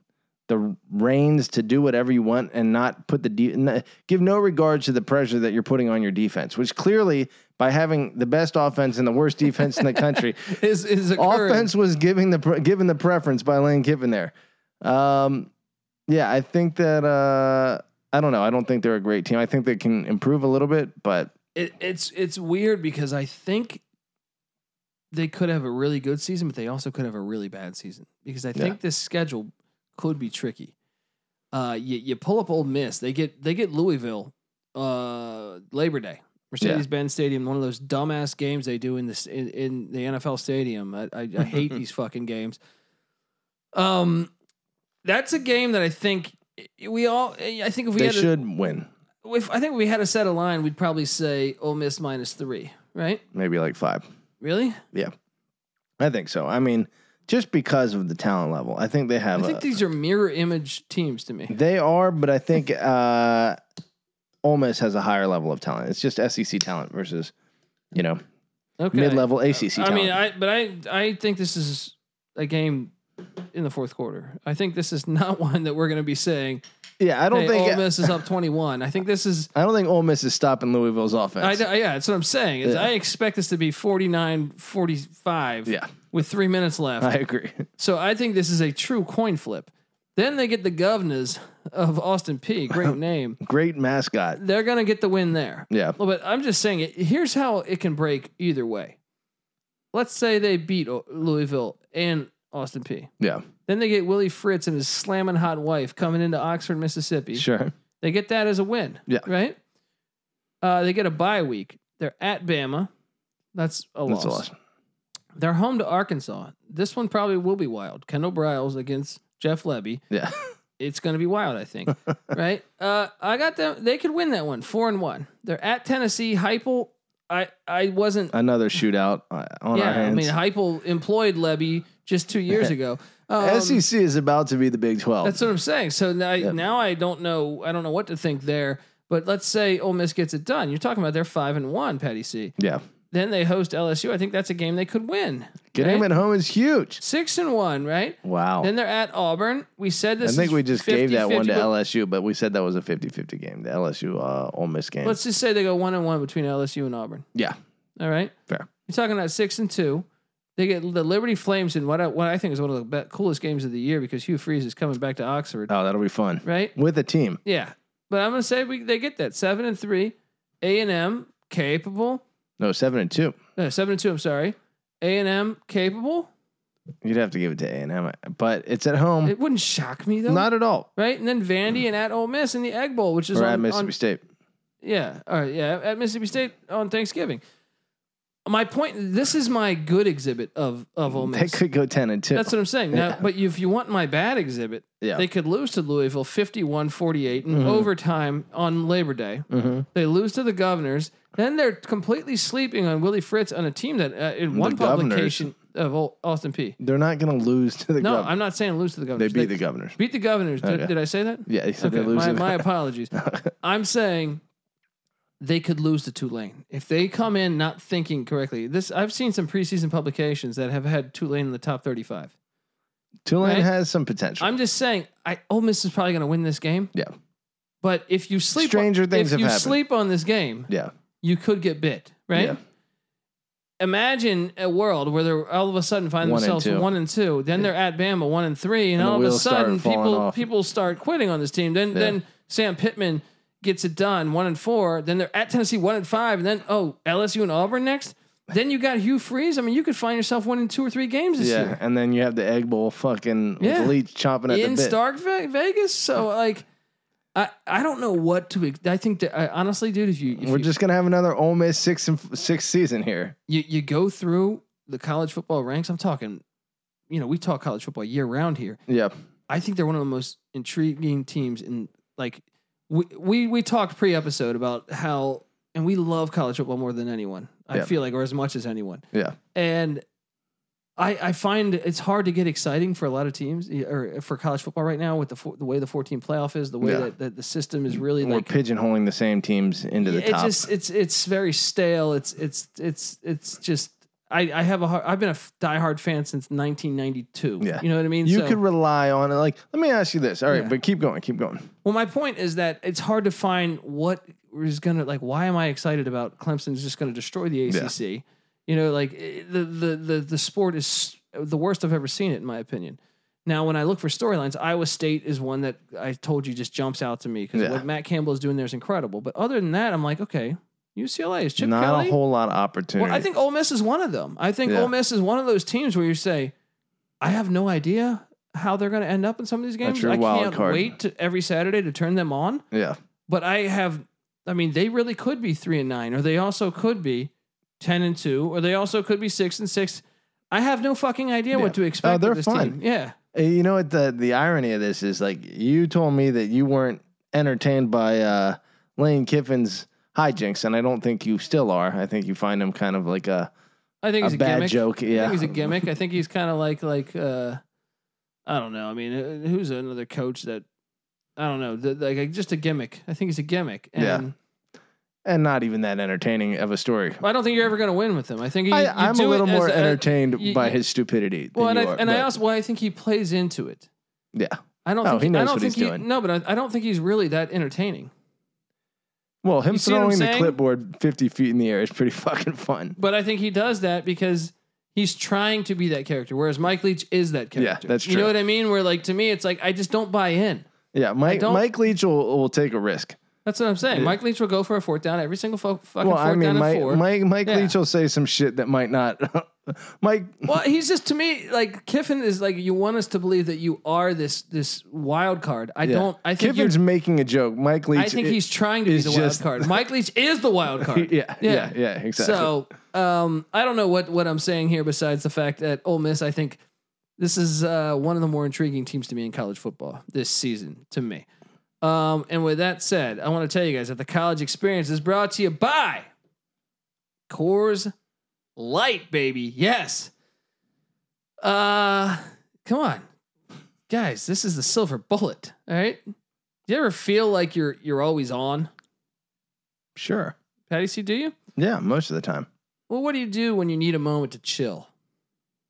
[SPEAKER 3] the reins to do whatever you want and not put the de- n- give no regard to the pressure that you're putting on your defense, which clearly by having the best offense and the worst defense in the country,
[SPEAKER 1] Is is occurring.
[SPEAKER 3] offense was giving the pre- given the preference by Lane Kiffin there. Um, yeah, I think that uh, I don't know. I don't think they're a great team. I think they can improve a little bit, but
[SPEAKER 1] it, it's it's weird because I think they could have a really good season, but they also could have a really bad season because I think this schedule could be tricky. Uh, you, you pull up Old Miss, they get they get Louisville, uh, Labor Day, Mercedes Benz Stadium, one of those dumbass games they do in this in, in the NFL stadium. I, I, I hate these fucking games. Um, that's a game that I think we all. I think if we
[SPEAKER 3] They
[SPEAKER 1] had a-
[SPEAKER 3] should win.
[SPEAKER 1] if I think we had a set of line, we'd probably say Ole Miss minus three, right?
[SPEAKER 3] Maybe like five.
[SPEAKER 1] Really?
[SPEAKER 3] Yeah, I think so. I mean, just because of the talent level, I think they have.
[SPEAKER 1] I
[SPEAKER 3] a-
[SPEAKER 1] think these are mirror image teams to me.
[SPEAKER 3] they are, but I think uh, Ole Miss has a higher level of talent. It's just SEC talent versus, you know,
[SPEAKER 1] Okay.
[SPEAKER 3] mid level ACC.
[SPEAKER 1] I
[SPEAKER 3] Talent.
[SPEAKER 1] mean, I but I I think this is a game in the fourth quarter. I think this is not one that we're going to be saying.
[SPEAKER 3] yeah, I don't
[SPEAKER 1] hey,
[SPEAKER 3] think
[SPEAKER 1] Ole Miss is up twenty one. I think this is.
[SPEAKER 3] I don't think Ole Miss is stopping Louisville's
[SPEAKER 1] I,
[SPEAKER 3] offense.
[SPEAKER 1] yeah, that's what I'm saying. Is
[SPEAKER 3] Yeah.
[SPEAKER 1] I expect this to be 49 45
[SPEAKER 3] Yeah.
[SPEAKER 1] with three minutes left.
[SPEAKER 3] I agree.
[SPEAKER 1] So I think this is a true coin flip. Then they get the governors of Austin P. Great name.
[SPEAKER 3] Great mascot.
[SPEAKER 1] They're going to get the win there.
[SPEAKER 3] Yeah.
[SPEAKER 1] Well, but I'm just saying it. Here's how it can break either way. Let's say they beat O- Louisville and Austin P.
[SPEAKER 3] Yeah.
[SPEAKER 1] Then they get Willie Fritz and his slamming hot wife coming into Oxford, Mississippi.
[SPEAKER 3] Sure.
[SPEAKER 1] They get that as a win.
[SPEAKER 3] Yeah.
[SPEAKER 1] Right. Uh, they get a bye week. They're at Bama. That's a loss.
[SPEAKER 3] That's a loss.
[SPEAKER 1] They're home to Arkansas. This one probably will be wild. Kendall Bryles against Jeff Levy.
[SPEAKER 3] Yeah.
[SPEAKER 1] It's going to be wild, I think. right? Uh, I got them. They could win that one, four and one. They're at Tennessee. Heupel. I I wasn't.
[SPEAKER 3] Another shootout uh, on our
[SPEAKER 1] yeah, I
[SPEAKER 3] hands.
[SPEAKER 1] mean Heupel employed Levy just two years ago. Um,
[SPEAKER 3] SEC E is about to be the Big Twelve.
[SPEAKER 1] That's what I'm saying. So now, now I don't know. I don't know what to think there. But let's say Ole Miss gets it done. You're talking about they're five and one, Patty C.
[SPEAKER 3] yeah.
[SPEAKER 1] Then they host LSU. I think that's a game they could win.
[SPEAKER 3] Game
[SPEAKER 1] right?
[SPEAKER 3] at home is huge.
[SPEAKER 1] six and one, right?
[SPEAKER 3] Wow.
[SPEAKER 1] Then they're at Auburn. We said
[SPEAKER 3] I
[SPEAKER 1] this.
[SPEAKER 3] think
[SPEAKER 1] is
[SPEAKER 3] we just gave that one to
[SPEAKER 1] 50-50, but
[SPEAKER 3] LSU, but we said that was a 50-50 game, the LSU uh, Ole Miss game.
[SPEAKER 1] Let's just say they go one and one between LSU and Auburn.
[SPEAKER 3] yeah,
[SPEAKER 1] All right.
[SPEAKER 3] fair.
[SPEAKER 1] You're talking about six and two. They get the Liberty Flames in what I, what I think is one of the be- coolest games of the year because Hugh Freeze is coming back to Oxford,
[SPEAKER 3] Oh, that'll be fun
[SPEAKER 1] right?
[SPEAKER 3] with a team.
[SPEAKER 1] Yeah, but I'm gonna say we, they get that seven and three, A and M capable.
[SPEAKER 3] No, seven and two.
[SPEAKER 1] No, seven and two. I'm sorry, A and M capable.
[SPEAKER 3] You'd have to give it to A and M, uh, but it's at home.
[SPEAKER 1] It wouldn't shock me though,
[SPEAKER 3] Not at all.
[SPEAKER 1] right? And then Vandy and at Ole Miss in the Egg Bowl, which is
[SPEAKER 3] Or
[SPEAKER 1] on,
[SPEAKER 3] at Mississippi
[SPEAKER 1] on-
[SPEAKER 3] State.
[SPEAKER 1] yeah, all right, yeah, at Mississippi State on Thanksgiving. My point. This is my good exhibit of of Ole
[SPEAKER 3] They
[SPEAKER 1] Miss.
[SPEAKER 3] could go ten and two.
[SPEAKER 1] That's what I'm saying. Now,
[SPEAKER 3] Yeah.
[SPEAKER 1] but if you want my bad exhibit,
[SPEAKER 3] yeah. Mm-hmm.
[SPEAKER 1] they could lose to Louisville 51 48 in overtime on Labor Day.
[SPEAKER 3] Mhm.
[SPEAKER 1] They lose to the Governors. Then they're completely sleeping on Willie Fritz on a team that, uh, in one
[SPEAKER 3] Governors.
[SPEAKER 1] publication of Al- Austin P.
[SPEAKER 3] They're not going to lose to the
[SPEAKER 1] No,
[SPEAKER 3] Governors.
[SPEAKER 1] I'm not saying lose to the
[SPEAKER 3] They
[SPEAKER 1] Governors.
[SPEAKER 3] beat the Governors.
[SPEAKER 1] beat the Governors. Did,
[SPEAKER 3] Okay.
[SPEAKER 1] did I say that?
[SPEAKER 3] Yeah, he said
[SPEAKER 1] Okay,
[SPEAKER 3] they lose.
[SPEAKER 1] my,
[SPEAKER 3] to the-
[SPEAKER 1] my apologies. I'm saying they could lose to Tulane if they come in not thinking correctly. This I've seen some preseason publications that have had Tulane in the top 35.
[SPEAKER 3] Tulane
[SPEAKER 1] right?
[SPEAKER 3] has some potential.
[SPEAKER 1] I'm just saying, I Ole Miss is probably going to win this game.
[SPEAKER 3] yeah,
[SPEAKER 1] But if you sleep,
[SPEAKER 3] Stranger
[SPEAKER 1] on,
[SPEAKER 3] things
[SPEAKER 1] if
[SPEAKER 3] have
[SPEAKER 1] you
[SPEAKER 3] happened.
[SPEAKER 1] sleep on this game,
[SPEAKER 3] yeah,
[SPEAKER 1] you could get bit, right?
[SPEAKER 3] Yeah.
[SPEAKER 1] Imagine a world where they're all of a sudden find
[SPEAKER 3] One and
[SPEAKER 1] themselves
[SPEAKER 3] two.
[SPEAKER 1] one and two. Then they're at Bama one and three, and,
[SPEAKER 3] And the
[SPEAKER 1] all of a
[SPEAKER 3] wheels start
[SPEAKER 1] sudden
[SPEAKER 3] falling
[SPEAKER 1] people
[SPEAKER 3] off.
[SPEAKER 1] people start quitting on this team. Then then Sam Pittman gets it done one and four. Then they're at Tennessee one and five, and then oh LSU and Auburn next. Then you got Hugh Freeze. I mean, you could find yourself winning two or three games this
[SPEAKER 3] yeah.
[SPEAKER 1] year
[SPEAKER 3] And then you have the Egg Bowl, fucking
[SPEAKER 1] Yeah.
[SPEAKER 3] with Leach chomping at
[SPEAKER 1] in
[SPEAKER 3] the bit.
[SPEAKER 1] Stark Ve- Vegas. So like, I I don't know what to. ex- I think that I, honestly, dude, if you if
[SPEAKER 3] We're
[SPEAKER 1] you,
[SPEAKER 3] just gonna have another Ole Miss six and f- six season here.
[SPEAKER 1] you you go through the college football ranks, I'm talking. You know, we talk college football year round here.
[SPEAKER 3] Yeah,
[SPEAKER 1] I think they're one of the most intriguing teams in like we we we talked pre episode about how and we love college football more than anyone. I
[SPEAKER 3] Yeah.
[SPEAKER 1] feel like, or as much as anyone.
[SPEAKER 3] yeah.
[SPEAKER 1] and I, I find it's hard to get exciting for a lot of teams eh, or for college football right now with the four, the way the 14 playoff is, the way
[SPEAKER 3] Yeah.
[SPEAKER 1] that, that the system is really
[SPEAKER 3] We're
[SPEAKER 1] like
[SPEAKER 3] pigeonholing the same teams into the
[SPEAKER 1] it
[SPEAKER 3] top.
[SPEAKER 1] just it's it's very stale. It's it's it's it's just I, I have a hard, I've been a f- diehard fan since 1992.
[SPEAKER 3] Yeah.
[SPEAKER 1] you know what I mean.
[SPEAKER 3] you
[SPEAKER 1] So-
[SPEAKER 3] could rely on it. Like, let me ask you this. All right,
[SPEAKER 1] Yeah.
[SPEAKER 3] but keep going, keep going.
[SPEAKER 1] Well, my point is that it's hard to find what is going to like. Why am I excited about Clemson's just going to destroy the ACC? You know, like it- the the the the sport is the worst I've ever seen it, in my opinion. Now, when I look for storylines, Iowa State is one that I told you just jumps out to me because
[SPEAKER 3] Yeah.
[SPEAKER 1] what Matt Campbell is doing there is incredible. But other than that, I'm like, okay, UCLA is Chip
[SPEAKER 3] Not
[SPEAKER 1] Kelly.
[SPEAKER 3] a whole lot of opportunity.
[SPEAKER 1] well, I think Ole Miss is one of them. I think
[SPEAKER 3] Yeah.
[SPEAKER 1] Ole Miss is one of those teams where you say, I have no idea how they're going to end up in some of these
[SPEAKER 3] That's
[SPEAKER 1] games.
[SPEAKER 3] your
[SPEAKER 1] I
[SPEAKER 3] wild
[SPEAKER 1] can't
[SPEAKER 3] card.
[SPEAKER 1] wait to every Saturday to turn them on
[SPEAKER 3] yeah,
[SPEAKER 1] but I have, I mean, they really could be three and nine, or they also could be ten and two, or they also could be six and six. I have no fucking idea
[SPEAKER 3] Yeah.
[SPEAKER 1] what to expect.
[SPEAKER 3] Oh, they're
[SPEAKER 1] with this
[SPEAKER 3] fun.
[SPEAKER 1] Team. Yeah,
[SPEAKER 3] Uh, You know what the the irony of this is? Like you told me that you weren't entertained by uh, Lane Kiffin's hijinks, and I don't think you still are. I think you find him kind of like a
[SPEAKER 1] I think
[SPEAKER 3] a
[SPEAKER 1] he's a
[SPEAKER 3] bad
[SPEAKER 1] gimmick.
[SPEAKER 3] joke.
[SPEAKER 1] I
[SPEAKER 3] Yeah,
[SPEAKER 1] think he's a gimmick. I think he's kind of like like uh, I don't know. I mean, uh, who's another coach that I don't know? th- Like just a gimmick. I think he's a gimmick. And
[SPEAKER 3] Yeah. and not even that entertaining of a story.
[SPEAKER 1] I don't think you're ever going to win with him. I think you, you
[SPEAKER 3] I, I'm a
[SPEAKER 1] do it
[SPEAKER 3] little
[SPEAKER 1] as
[SPEAKER 3] more
[SPEAKER 1] a-
[SPEAKER 3] entertained
[SPEAKER 1] you-
[SPEAKER 3] by his stupidity.
[SPEAKER 1] Well, and
[SPEAKER 3] than
[SPEAKER 1] I,
[SPEAKER 3] you are,
[SPEAKER 1] and I
[SPEAKER 3] but-
[SPEAKER 1] also well, I think he plays into it.
[SPEAKER 3] yeah.
[SPEAKER 1] I don't
[SPEAKER 3] Oh,
[SPEAKER 1] think
[SPEAKER 3] he knows
[SPEAKER 1] I don't
[SPEAKER 3] what
[SPEAKER 1] think
[SPEAKER 3] he's
[SPEAKER 1] he-
[SPEAKER 3] doing.
[SPEAKER 1] No, but I, I don't think he's really that entertaining.
[SPEAKER 3] Well, him
[SPEAKER 1] You see what I'm
[SPEAKER 3] throwing the
[SPEAKER 1] saying?
[SPEAKER 3] clipboard 50 feet in the air is pretty fucking fun.
[SPEAKER 1] But I think he does that because he's trying to be that character, whereas Mike Leach is that
[SPEAKER 3] Yeah,
[SPEAKER 1] character.
[SPEAKER 3] that's
[SPEAKER 1] You know
[SPEAKER 3] true.
[SPEAKER 1] what I mean? Where like to me, it's like I just don't buy in.
[SPEAKER 3] Yeah, Mike
[SPEAKER 1] don't-
[SPEAKER 3] Mike Leach will, will take a risk.
[SPEAKER 1] That's what I'm saying.
[SPEAKER 3] Yeah.
[SPEAKER 1] Mike Leach will go for a fourth down every single fo- fucking
[SPEAKER 3] Well,
[SPEAKER 1] fourth
[SPEAKER 3] I mean,
[SPEAKER 1] down
[SPEAKER 3] Mike
[SPEAKER 1] and four.
[SPEAKER 3] Mike, Mike
[SPEAKER 1] Yeah.
[SPEAKER 3] Leach will say some shit that might not. Mike,
[SPEAKER 1] well, he's just to me like Kiffin is like you want us to believe that you are this this wild card. I
[SPEAKER 3] yeah.
[SPEAKER 1] don't. I think you're
[SPEAKER 3] Kiffin's making a joke. Mike Leach.
[SPEAKER 1] I think
[SPEAKER 3] it-
[SPEAKER 1] he's trying to be
[SPEAKER 3] is
[SPEAKER 1] the wild
[SPEAKER 3] just-
[SPEAKER 1] card. Mike Leach is the wild card.
[SPEAKER 3] Yeah, yeah, yeah, exactly.
[SPEAKER 1] So um, I don't know what what I'm saying here besides the fact that Ole Miss, I think this is uh, one of the more intriguing teams to me in college football this season to me. Um, and with that said, I want to tell you guys that the college experience is brought to you by Coors Light, baby. Yes. Uh, come on, guys. This is the silver bullet. All right. Do you ever feel like you're you're always on,
[SPEAKER 3] sure.
[SPEAKER 1] Patty? C, do you?
[SPEAKER 3] Yeah, most of the time.
[SPEAKER 1] Well, what do you do when you need a moment to chill?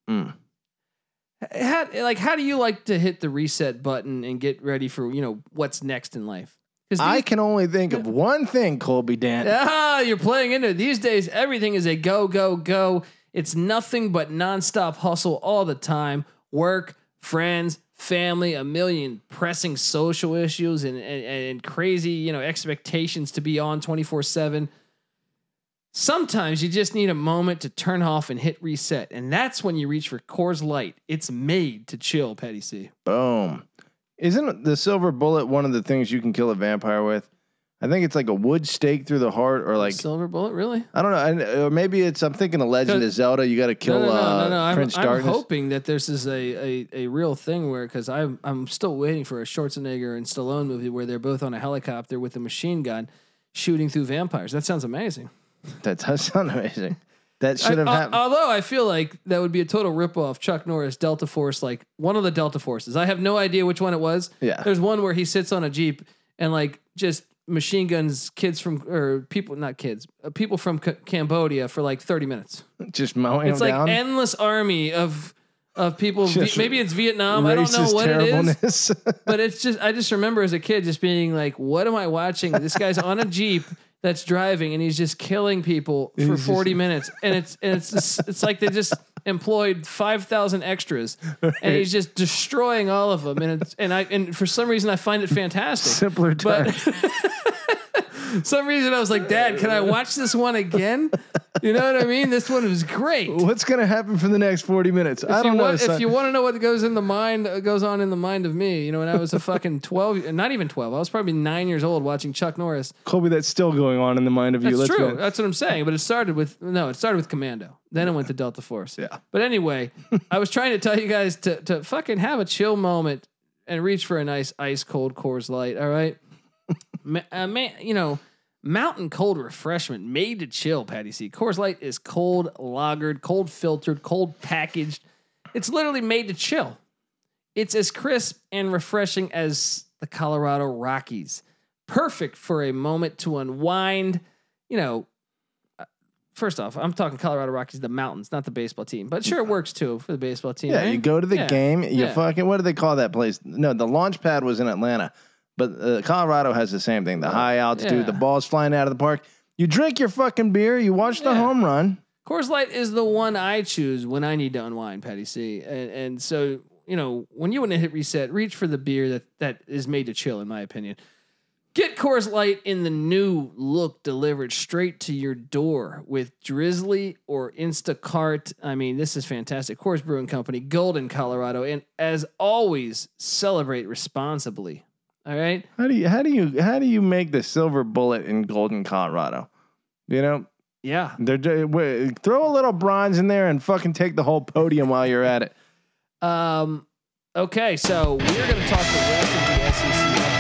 [SPEAKER 3] Mm.
[SPEAKER 1] H- How, like, how do you like to hit the reset button and get ready for you know what's next in life? Because
[SPEAKER 3] I can only think of one thing, Colby Dan.
[SPEAKER 1] ah, you're playing into it. these days. Everything is a go, go, go. It's nothing but nonstop hustle all the time. Work, friends, family, a million pressing social issues, and and, and crazy you know expectations to be on twenty four seven. Sometimes you just need a moment to turn off and hit reset, and that's when you reach for Coors Light. It's made to chill, Petty C.
[SPEAKER 3] Boom. Isn't the silver bullet one of the things you can kill a vampire with? I think it's like a wood stake through the heart, or like
[SPEAKER 1] Silver Bullet, really?
[SPEAKER 3] I don't know, I, or maybe it's. I'm thinking of Legend of Zelda. You got to kill
[SPEAKER 1] no, no, no,
[SPEAKER 3] uh,
[SPEAKER 1] no, no. I'm,
[SPEAKER 3] Prince
[SPEAKER 1] I'm
[SPEAKER 3] Darkness.
[SPEAKER 1] hoping that this is a, a, a real thing where because I'm I'm still waiting for a Schwarzenegger and Stallone movie where they're both on a helicopter with a machine gun shooting through vampires. That sounds amazing.
[SPEAKER 3] That does sound amazing. That should have
[SPEAKER 1] I- uh, al-
[SPEAKER 3] happened.
[SPEAKER 1] although I feel like that would be a total ripoff. Chuck Norris, Delta Force, like one of the Delta Forces. I have no idea which one it was.
[SPEAKER 3] Yeah.
[SPEAKER 1] There's one where he sits on a jeep and like just machine guns kids from or people not kids uh, people from C- Cambodia for like 30 minutes.
[SPEAKER 3] just mowing
[SPEAKER 1] It's
[SPEAKER 3] them
[SPEAKER 1] like
[SPEAKER 3] down.
[SPEAKER 1] endless army of of people. Vi-
[SPEAKER 3] Just
[SPEAKER 1] Maybe it's Vietnam. I don't know
[SPEAKER 3] Racist
[SPEAKER 1] what it is,
[SPEAKER 3] terribleness.
[SPEAKER 1] but it's just I just remember as a kid just being like, "What am I watching? This guy's on a jeep that's driving and he's just killing people for
[SPEAKER 3] just-
[SPEAKER 1] forty minutes, and it's and it's just, it's like they just employed five thousand extras, and he's just destroying all of them, and it's, and I and for some reason I find it fantastic.
[SPEAKER 3] Simpler
[SPEAKER 1] But-
[SPEAKER 3] time.
[SPEAKER 1] some reason I was like, Dad, can I watch this one again? You know what I mean? This one was great.
[SPEAKER 3] What's going to happen for the next 40 minutes? I
[SPEAKER 1] If
[SPEAKER 3] don't
[SPEAKER 1] you
[SPEAKER 3] know.
[SPEAKER 1] want,
[SPEAKER 3] son.
[SPEAKER 1] If you want to know what goes in the mind, uh, goes on in the mind of me, you know, when I was a fucking twelve, not even twelve, I was probably nine years old watching Chuck Norris.
[SPEAKER 3] Colby, that's still going on in the mind of you.
[SPEAKER 1] That's
[SPEAKER 3] Let's
[SPEAKER 1] true.
[SPEAKER 3] go.
[SPEAKER 1] That's what I'm saying. But it started with no, it started with Commando. Then it went to Delta Force.
[SPEAKER 3] Yeah.
[SPEAKER 1] But anyway, I was trying to tell you guys to to fucking have a chill moment and reach for a nice ice cold Coors Light. All right, Ma- uh, man, you know. Mountain cold refreshment made to chill, Patty C. Coors Light is cold lagered, cold filtered, cold packaged. It's literally made to chill. It's as crisp and refreshing as the Colorado Rockies. Perfect for a moment to unwind. You know, uh, first off, I'm talking Colorado Rockies, the mountains, not the baseball team, but sure it works too for the baseball team.
[SPEAKER 3] yeah,
[SPEAKER 1] right?
[SPEAKER 3] you go to the
[SPEAKER 1] Yeah.
[SPEAKER 3] game. You
[SPEAKER 1] Yeah.
[SPEAKER 3] fucking, what do they call that place? No, the launch pad was in Atlanta, but uh, Colorado has the same thing the high altitude,
[SPEAKER 1] Yeah.
[SPEAKER 3] the ball's flying out of the park. You drink your fucking beer, you watch the
[SPEAKER 1] Yeah.
[SPEAKER 3] home run.
[SPEAKER 1] Coors Light is the one I choose when I need to unwind, Patty C. And, and so, you know, when you want to hit reset, reach for the beer that, that is made to chill, in my opinion. Get Coors Light in the new look delivered straight to your door with Drizzly or Instacart. I mean, this is fantastic. Coors Brewing Company, Golden, Colorado. And as always, celebrate responsibly. All right.
[SPEAKER 3] How do you, how do you, how do you make the silver bullet in Golden, Colorado? You know,
[SPEAKER 1] Yeah.
[SPEAKER 3] They're ju- wa- throw a little bronze in there and fucking take the whole podium while you're at it.
[SPEAKER 1] Um, Okay, so we're going to talk the E rest of the SEC. E